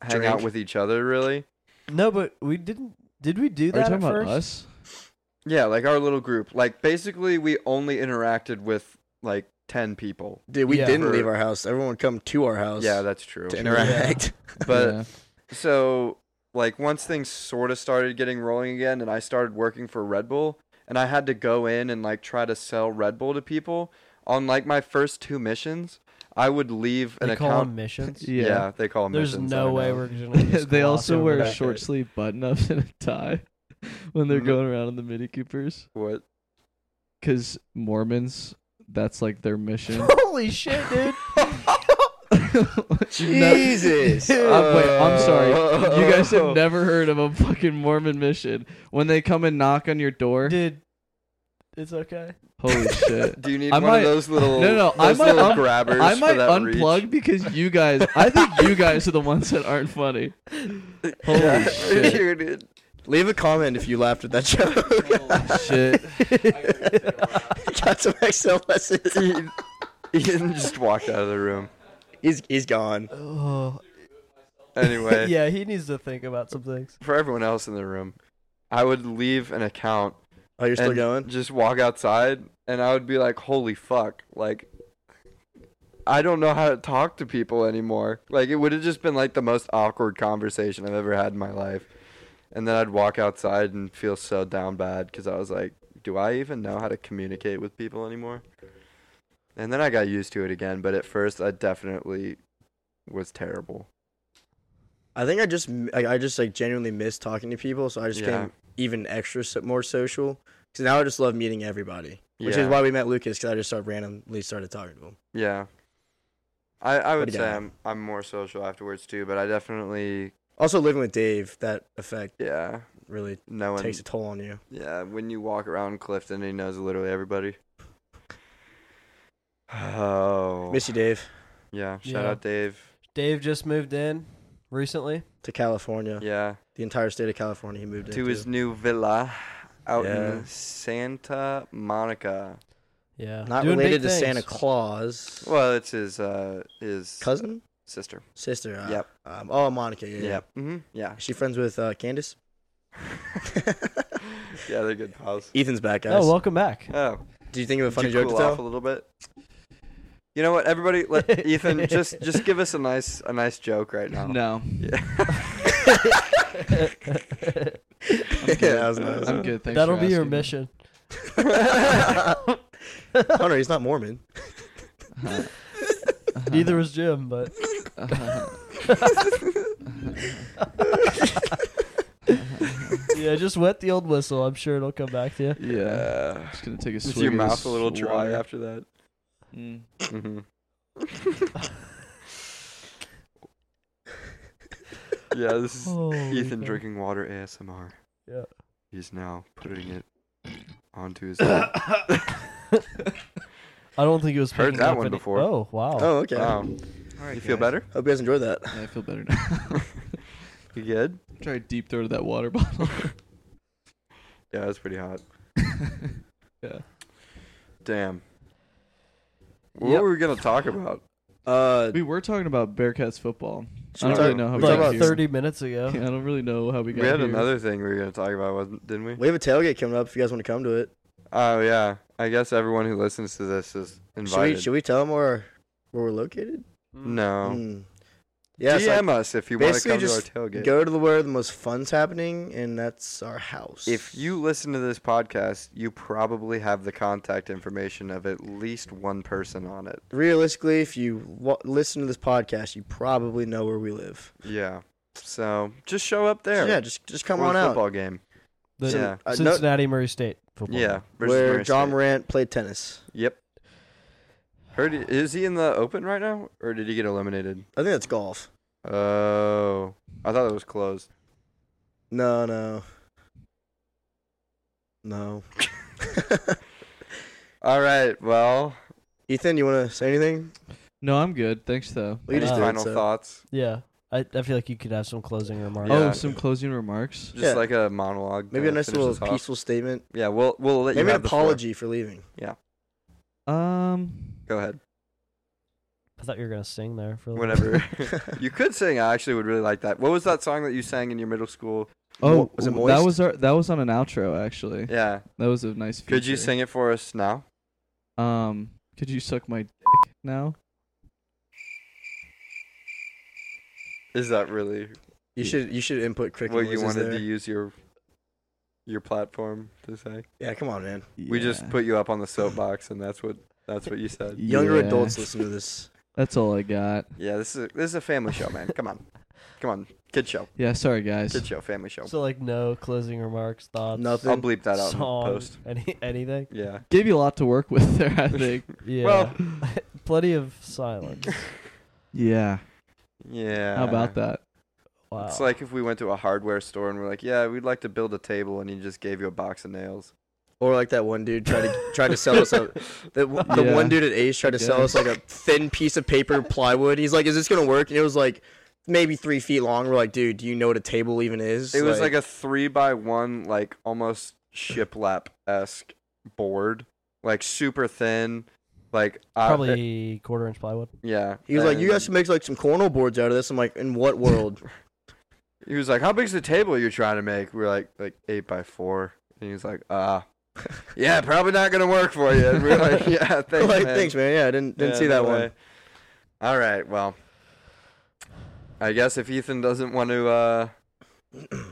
C: hang
B: Drink.
C: out with each other really.
E: No, but we didn't. Did we do
D: Are you
E: that
D: talking
E: at
D: about
E: first?
D: us?
C: Yeah, like our little group. Like basically we only interacted with like 10 people.
B: Dude, we
E: Yeah.
B: didn't
C: For-
B: leave our house. Everyone would come to our house.
C: Yeah, that's true.
B: to interact.
C: But
D: Yeah.
C: (laughs) so like once things sort of started getting rolling again and I started working for Red Bull and I had to go in and like try to sell Red Bull to people on like my first two missions, I would leave an
E: They call
C: account
E: them missions.
C: yeah.
D: yeah.
C: they call them
E: There's
C: missions. I
E: no
C: don't
E: way
C: know.
E: we're gonna. just
D: (laughs) they
E: gloss
D: also
E: over
D: wear
E: that.
D: short sleeve button ups and a tie (laughs) when they're
C: Mm.
D: going around in the Mini Coopers.
C: what
D: Because Mormons, that's like their
C: (laughs)
D: mission.
E: (laughs)
D: Uh,
E: Holy shit,
D: (laughs)
E: dude!
B: (laughs) Jesus.
D: I'm, wait, I'm sorry. You guys
C: Oh. (laughs)
D: have never heard of a fucking Mormon mission. When they come and knock on your door,
E: Dude, it's okay.
C: (laughs)
D: holy shit.
C: Do you need
D: I
C: one
D: might-
C: of those little
D: No, no, I
C: those
D: might
C: little
D: un-
C: grabbers
D: I
C: for
D: might
C: that reach?
D: unplug because you guys, I
E: (laughs)
D: think you guys are the ones that aren't funny. Holy
B: (laughs)
C: Yeah.
D: shit.
C: Here it is.
B: leave a comment if you laughed at that joke.
D: Shit.
B: (laughs) Got some Excel lessons.
C: Ian- (laughs) Ian just walked out of the room.
B: (laughs) He's he's gone.
E: Oh,
C: (laughs) Anyway,
E: (laughs) yeah, he needs to think about some things.
C: for everyone else in the room, I would leave an account
B: Oh, you're still
C: and
B: going?
C: just walk outside, and I would be like, "Holy fuck!" Like, I don't know how to talk to people anymore. Like, it would have just been like the most awkward conversation I've ever had in my life. And then I'd walk outside and feel so down bad because I was like, "Do I even know how to communicate with people anymore?" And then I got used to it again, but at first I definitely was terrible.
B: I think I just I, I just like genuinely miss talking to people, so I just
C: Yeah.
B: became even extra so- more social. Because now I just love meeting everybody, which
C: Yeah.
B: is why we met Lucas. Because I just started randomly started talking to him.
C: Yeah. I, I would
B: do you
C: say
B: got?
C: I'm, I'm more social afterwards too, but I definitely
B: Also, living with Dave, that effect
C: yeah
B: really
C: no one
B: takes a toll on you.
C: yeah when you walk around Clifton he knows literally everybody. Oh
B: Miss you, Dave,
C: yeah shout
E: Yeah.
C: out Dave
E: Dave just moved in recently.
B: to California,
C: yeah
B: the entire state of California. He moved
C: to
B: into.
C: his new villa out
B: Yeah.
C: in Santa Monica.
E: Yeah,
B: Not
E: doing big
B: related to
E: things.
B: Santa Claus.
C: Well it's his uh his
B: Cousin,
C: sister.
B: sister. Uh,
C: Yep.
B: Um, oh, Monica. Yeah.
C: Yeah.
B: yeah.
C: hmm
B: (laughs)
C: Yeah. (laughs)
B: Is she friends with uh, Candace?
C: yeah, they're good pals.
B: Ethan's back, guys.
E: Oh, welcome
C: (laughs)
E: back.
C: Oh.
B: Do you think of a
C: Did
B: funny
C: you
B: joke
C: cool
B: to
C: off a
B: tell?
C: little bit. You know what, everybody?
B: (laughs)
C: Let Ethan just just give us a nice a nice joke right now.
D: No,
B: (laughs) yeah, that was nice.
D: I'm good. Thanks
E: That'll
D: for
E: be your
C: (laughs)
D: asking.
E: mission.
B: Hunter, he's not
D: (laughs)
B: Mormon.
C: Uh-huh.
D: Uh-huh.
E: Neither is Jim, but
C: (laughs)
D: Uh-huh.
C: (laughs)
E: yeah, just wet the old whistle. I'm sure it'll come back to you.
D: Yeah.
C: Uh,
D: Just gonna take a
C: is
D: swig.
C: your
D: of
C: mouth
D: this
C: a little dry
D: water.
C: after that?
D: Mm.
B: Mm-hmm.
C: hmm yeah, this
D: Oh
C: is Ethan drinking water ASMR.
E: Yeah.
C: He's now putting it onto
B: (coughs)
C: his. lip.
E: (laughs) I don't think it was
C: Heard
E: picking
C: that
E: up
C: one
E: any-
C: before.
E: Oh wow!
B: Oh, okay.
C: Wow.
B: Alright,
C: you feel
B: guys.
C: better?
B: Hope you guys enjoyed that.
D: Yeah, I feel better now. (laughs)
C: You good?
D: Try to deep throat that water
C: (laughs)
D: (laughs) bottle.
C: Yeah, that's pretty hot.
D: yeah.
C: Damn. What
E: Yep.
C: were we gonna talk about?
B: Uh,
D: We were talking about Bearcats football.
B: should we
D: I don't
B: talk-
D: really know how
B: we
D: we
B: talk
D: got
B: about
E: Like
D: here.
E: thirty minutes ago.
D: Yeah, I don't really know how we
C: We,
D: got
C: had
D: here.
C: another thing we were gonna talk about, wasn't didn't we?
B: We have a tailgate coming up. If you guys want to come to it,
C: Oh yeah. I guess everyone who listens to this is
B: should
C: invited. Oh.
B: we, should we tell them where where we're located?
C: Mm-hmm.
E: Mm-hmm.
C: No.
B: Mm. Yeah, so,
C: DM us if you want to
B: basically
C: come to our
B: just
C: tailgate.
B: like, go to the where the most fun's happening, and that's our house.
C: If you listen to this podcast, you probably have the contact information of at least one person on it.
B: realistically, if you wa listen to this podcast, you probably know where we live.
C: Yeah. So just show up
B: So,
C: there.
B: yeah, just just come
C: for
B: on
C: the
B: out.
C: Football game.
E: The
C: Yeah.
B: Uh, no-
E: Cincinnati Murray State football.
C: Yeah. versus
B: where
C: Murray
B: John
C: State.
B: Morant played tennis.
C: Yep. Heard he- is he in the open right now, or did he get eliminated?
B: I think that's golf.
C: Oh, I thought it was closed.
B: No, no,
C: (laughs)
B: no.
C: All right. Well,
B: Ethan, you want to say anything?
D: No, I'm good. Thanks though.
B: Well, you
C: any
B: just
E: Uh,
B: did,
C: final
B: so.
C: thoughts?
E: Yeah. I, I feel like you could have some closing remarks.
C: Yeah.
D: Oh, some closing remarks.
C: Just
B: Yeah.
C: like a monologue.
B: Maybe
C: to
B: a nice
C: Uh, finish
B: little
C: this off.
B: peaceful statement.
C: Yeah, we'll we'll let you
B: Maybe an
C: have the floor.
B: apology for leaving.
D: Um,
C: Go ahead.
E: I thought you were gonna sing there for a little bit.
C: Whatever. (laughs) you could sing. I actually would really like that. What was that song that you sang in your middle school?
D: oh,
B: was it
D: that
B: moist?
D: was our that was on an outro actually.
C: Yeah.
D: That was a nice. Feature.
C: Could you sing it for us now?
D: Um, could you suck my dick now?
C: Is that really
B: You
C: Yeah.
B: should you should input cricket
C: what you
B: noises
C: wanted
B: there.
C: to use your your platform to say?
B: Yeah, come on, man.
C: We just
D: Yeah.
C: put you up
D: (laughs)
C: on the soapbox, and that's what that's what you
B: (laughs)
C: said.
B: Younger
D: Yeah.
B: adults listen to this.
D: That's all I got.
C: Yeah. This is a, this is a family show, man. Come on, come on, kid show,
D: Yeah, sorry guys.
C: kid show, family show.
E: So like no closing remarks, thoughts,
B: Nothing.
C: I'll bleep that out in
E: song,
C: post.
E: any anything.
D: (laughs)
C: Yeah.
D: Gave you a lot to work with (laughs) there,
C: (laughs)
D: I think.
E: Yeah.
C: Well-
E: plenty of
C: (laughs)
E: silence.
D: yeah.
C: Yeah.
D: How about that?
E: Wow.
C: It's like if we went to a hardware store and we're like, "Yeah, we'd like to build a table," and he just gave you a box of nails.
B: Or like that one dude tried to try to sell us a the, the
D: Yeah.
B: one dude at Ace tried to sell us like a thin piece of paper plywood. He's like, "Is this gonna work?" And it was like maybe three feet long. We're like, "Dude, do you know what a table even is?"
C: It was like a three by one, like almost shiplap esque board, like super thin, like
E: (laughs)
C: I-
E: probably
C: uh,
E: quarter inch plywood.
C: yeah.
B: He was like, "You
C: and
B: guys should make like some cornhole boards out of this." I'm like, "In
C: (laughs)
B: what world?"
C: He was like, "How big's the table you're trying to make?" We are like, "Like eight by four. And he was like,
B: (laughs)
C: "Ah, yeah, probably not gonna work for you." And we were like, "Yeah, thanks,
B: like,
C: man.
B: thanks, man. Yeah, I didn't didn't
C: Yeah,
B: see that
C: no
B: one.
C: way. All right, well, I guess if Ethan doesn't want to. uh
D: (laughs)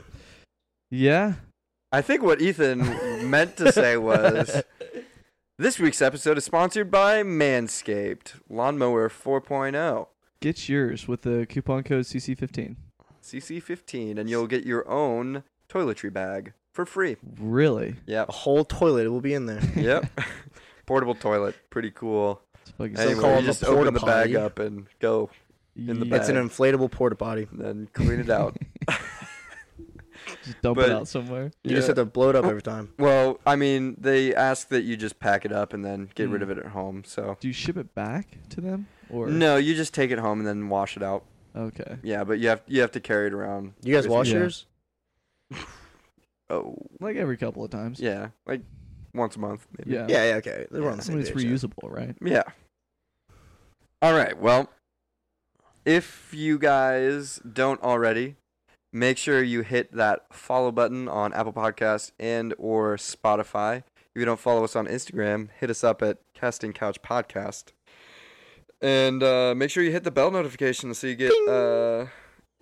D: Yeah.
C: I think what Ethan meant to
E: (laughs)
C: say was this week's episode is sponsored by Manscaped Lawnmower oh, 4.0
D: Get yours with the coupon code CC15.
C: CC15, and you'll get your own toiletry bag. for free.
D: Really?
B: A
C: Yep.
B: whole toilet will be in there.
C: Yep.
D: (laughs)
C: Portable toilet. Pretty cool.
D: It's fucking
B: Some
C: Anyway,
B: call
C: you
B: it a
C: just open the bag
B: porta-potty.
C: up and go in the
D: Ye-
B: It's an
C: bag.
B: inflatable porta potty.
C: and then clean it out.
D: (laughs) Just dump
C: but-
D: it out somewhere.
B: (laughs) You just
C: Yeah.
B: have to blow it
D: Oh.
B: up every time.
C: Well, I mean, they ask that you just pack it up and then get rid
D: Mm.
B: Hmm.
C: of it at home. So
D: Do you ship it back to them or
C: no, you just take it home and then wash it out.
D: Okay.
C: Yeah, but you have you have to carry it around.
B: You guys
C: with
B: wash
D: Yeah.
B: yours?
C: Oh,
D: Like every couple of times.
C: yeah, like once a month. Maybe.
D: Yeah.
B: Yeah, yeah, okay. They're on the
D: I mean,
B: same
D: it's
B: page. yeah.
D: reusable, right?
C: Yeah. All right. Well, if you guys don't already, make sure you hit that follow button on Apple Podcasts and or Spotify. If you don't follow us on Instagram, hit us up at Casting Couch Podcast. And uh, make sure you hit the bell notification so you get uh,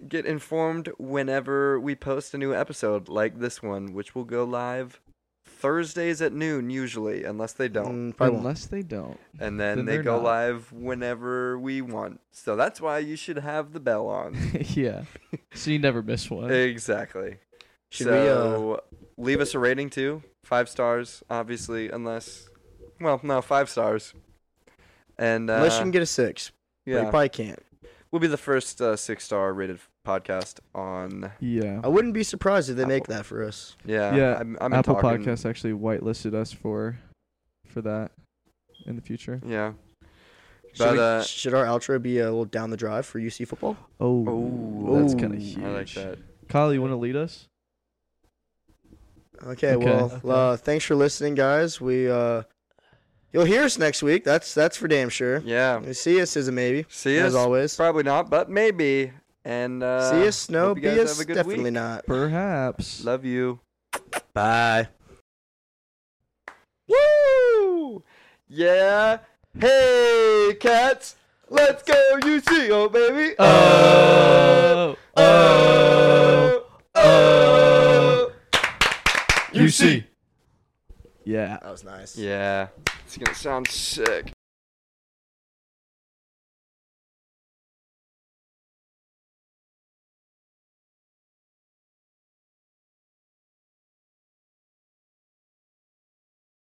C: get informed whenever we post a new episode like this one, which will go live Thursdays at noon usually, unless they don't
B: Mm, probably won't.
D: Unless they don't. (laughs)
C: and then,
D: Then
C: they
D: they're
C: go
D: not.
C: live whenever we want. So that's why you should have the bell on.
D: yeah. So you never miss one.
C: exactly.
B: Should we uh,
C: so leave us a rating too. Five stars, obviously, unless well, no, five stars. And uh,
B: unless you can get a six. But
C: yeah,
B: you probably can't.
C: we'll be the first uh, six star rated f- podcast on.
D: yeah.
B: I wouldn't be surprised if they make
C: Apple.
B: that for us.
C: Yeah,
D: Yeah,
C: I'm, I'm
D: Apple
C: talking,
D: Podcasts actually whitelisted us for for that in the future.
C: Yeah.
B: Should,
C: But,
B: we-
C: uh,
B: should our outro be a little down the drive for UC football?
D: Oh,
C: Ooh.
D: that's kind
B: Ooh,
D: of huge.
C: I like that.
D: Kyle, you want to lead us?
B: Okay,
D: Okay.
B: well,
E: Okay.
B: Uh, thanks for listening, guys. We uh, you'll hear us next week. That's that's for damn sure. (laughs)
C: Yeah.
B: You See us is a maybe,
C: See
B: as
C: us.
B: always.
C: Probably not, but maybe. And uh,
B: See us, no,
C: hope you
B: be
C: guys
B: us,
C: have a good
B: definitely
C: week.
B: not.
D: Perhaps.
C: Love you.
B: Bye.
C: Woo! Yeah. Hey, cats. Let's go UC, oh baby.
E: Uh,
C: uh,
D: Oh,
C: oh, oh.
D: Yeah.
B: That was nice.
C: Yeah. It's gonna sound sick.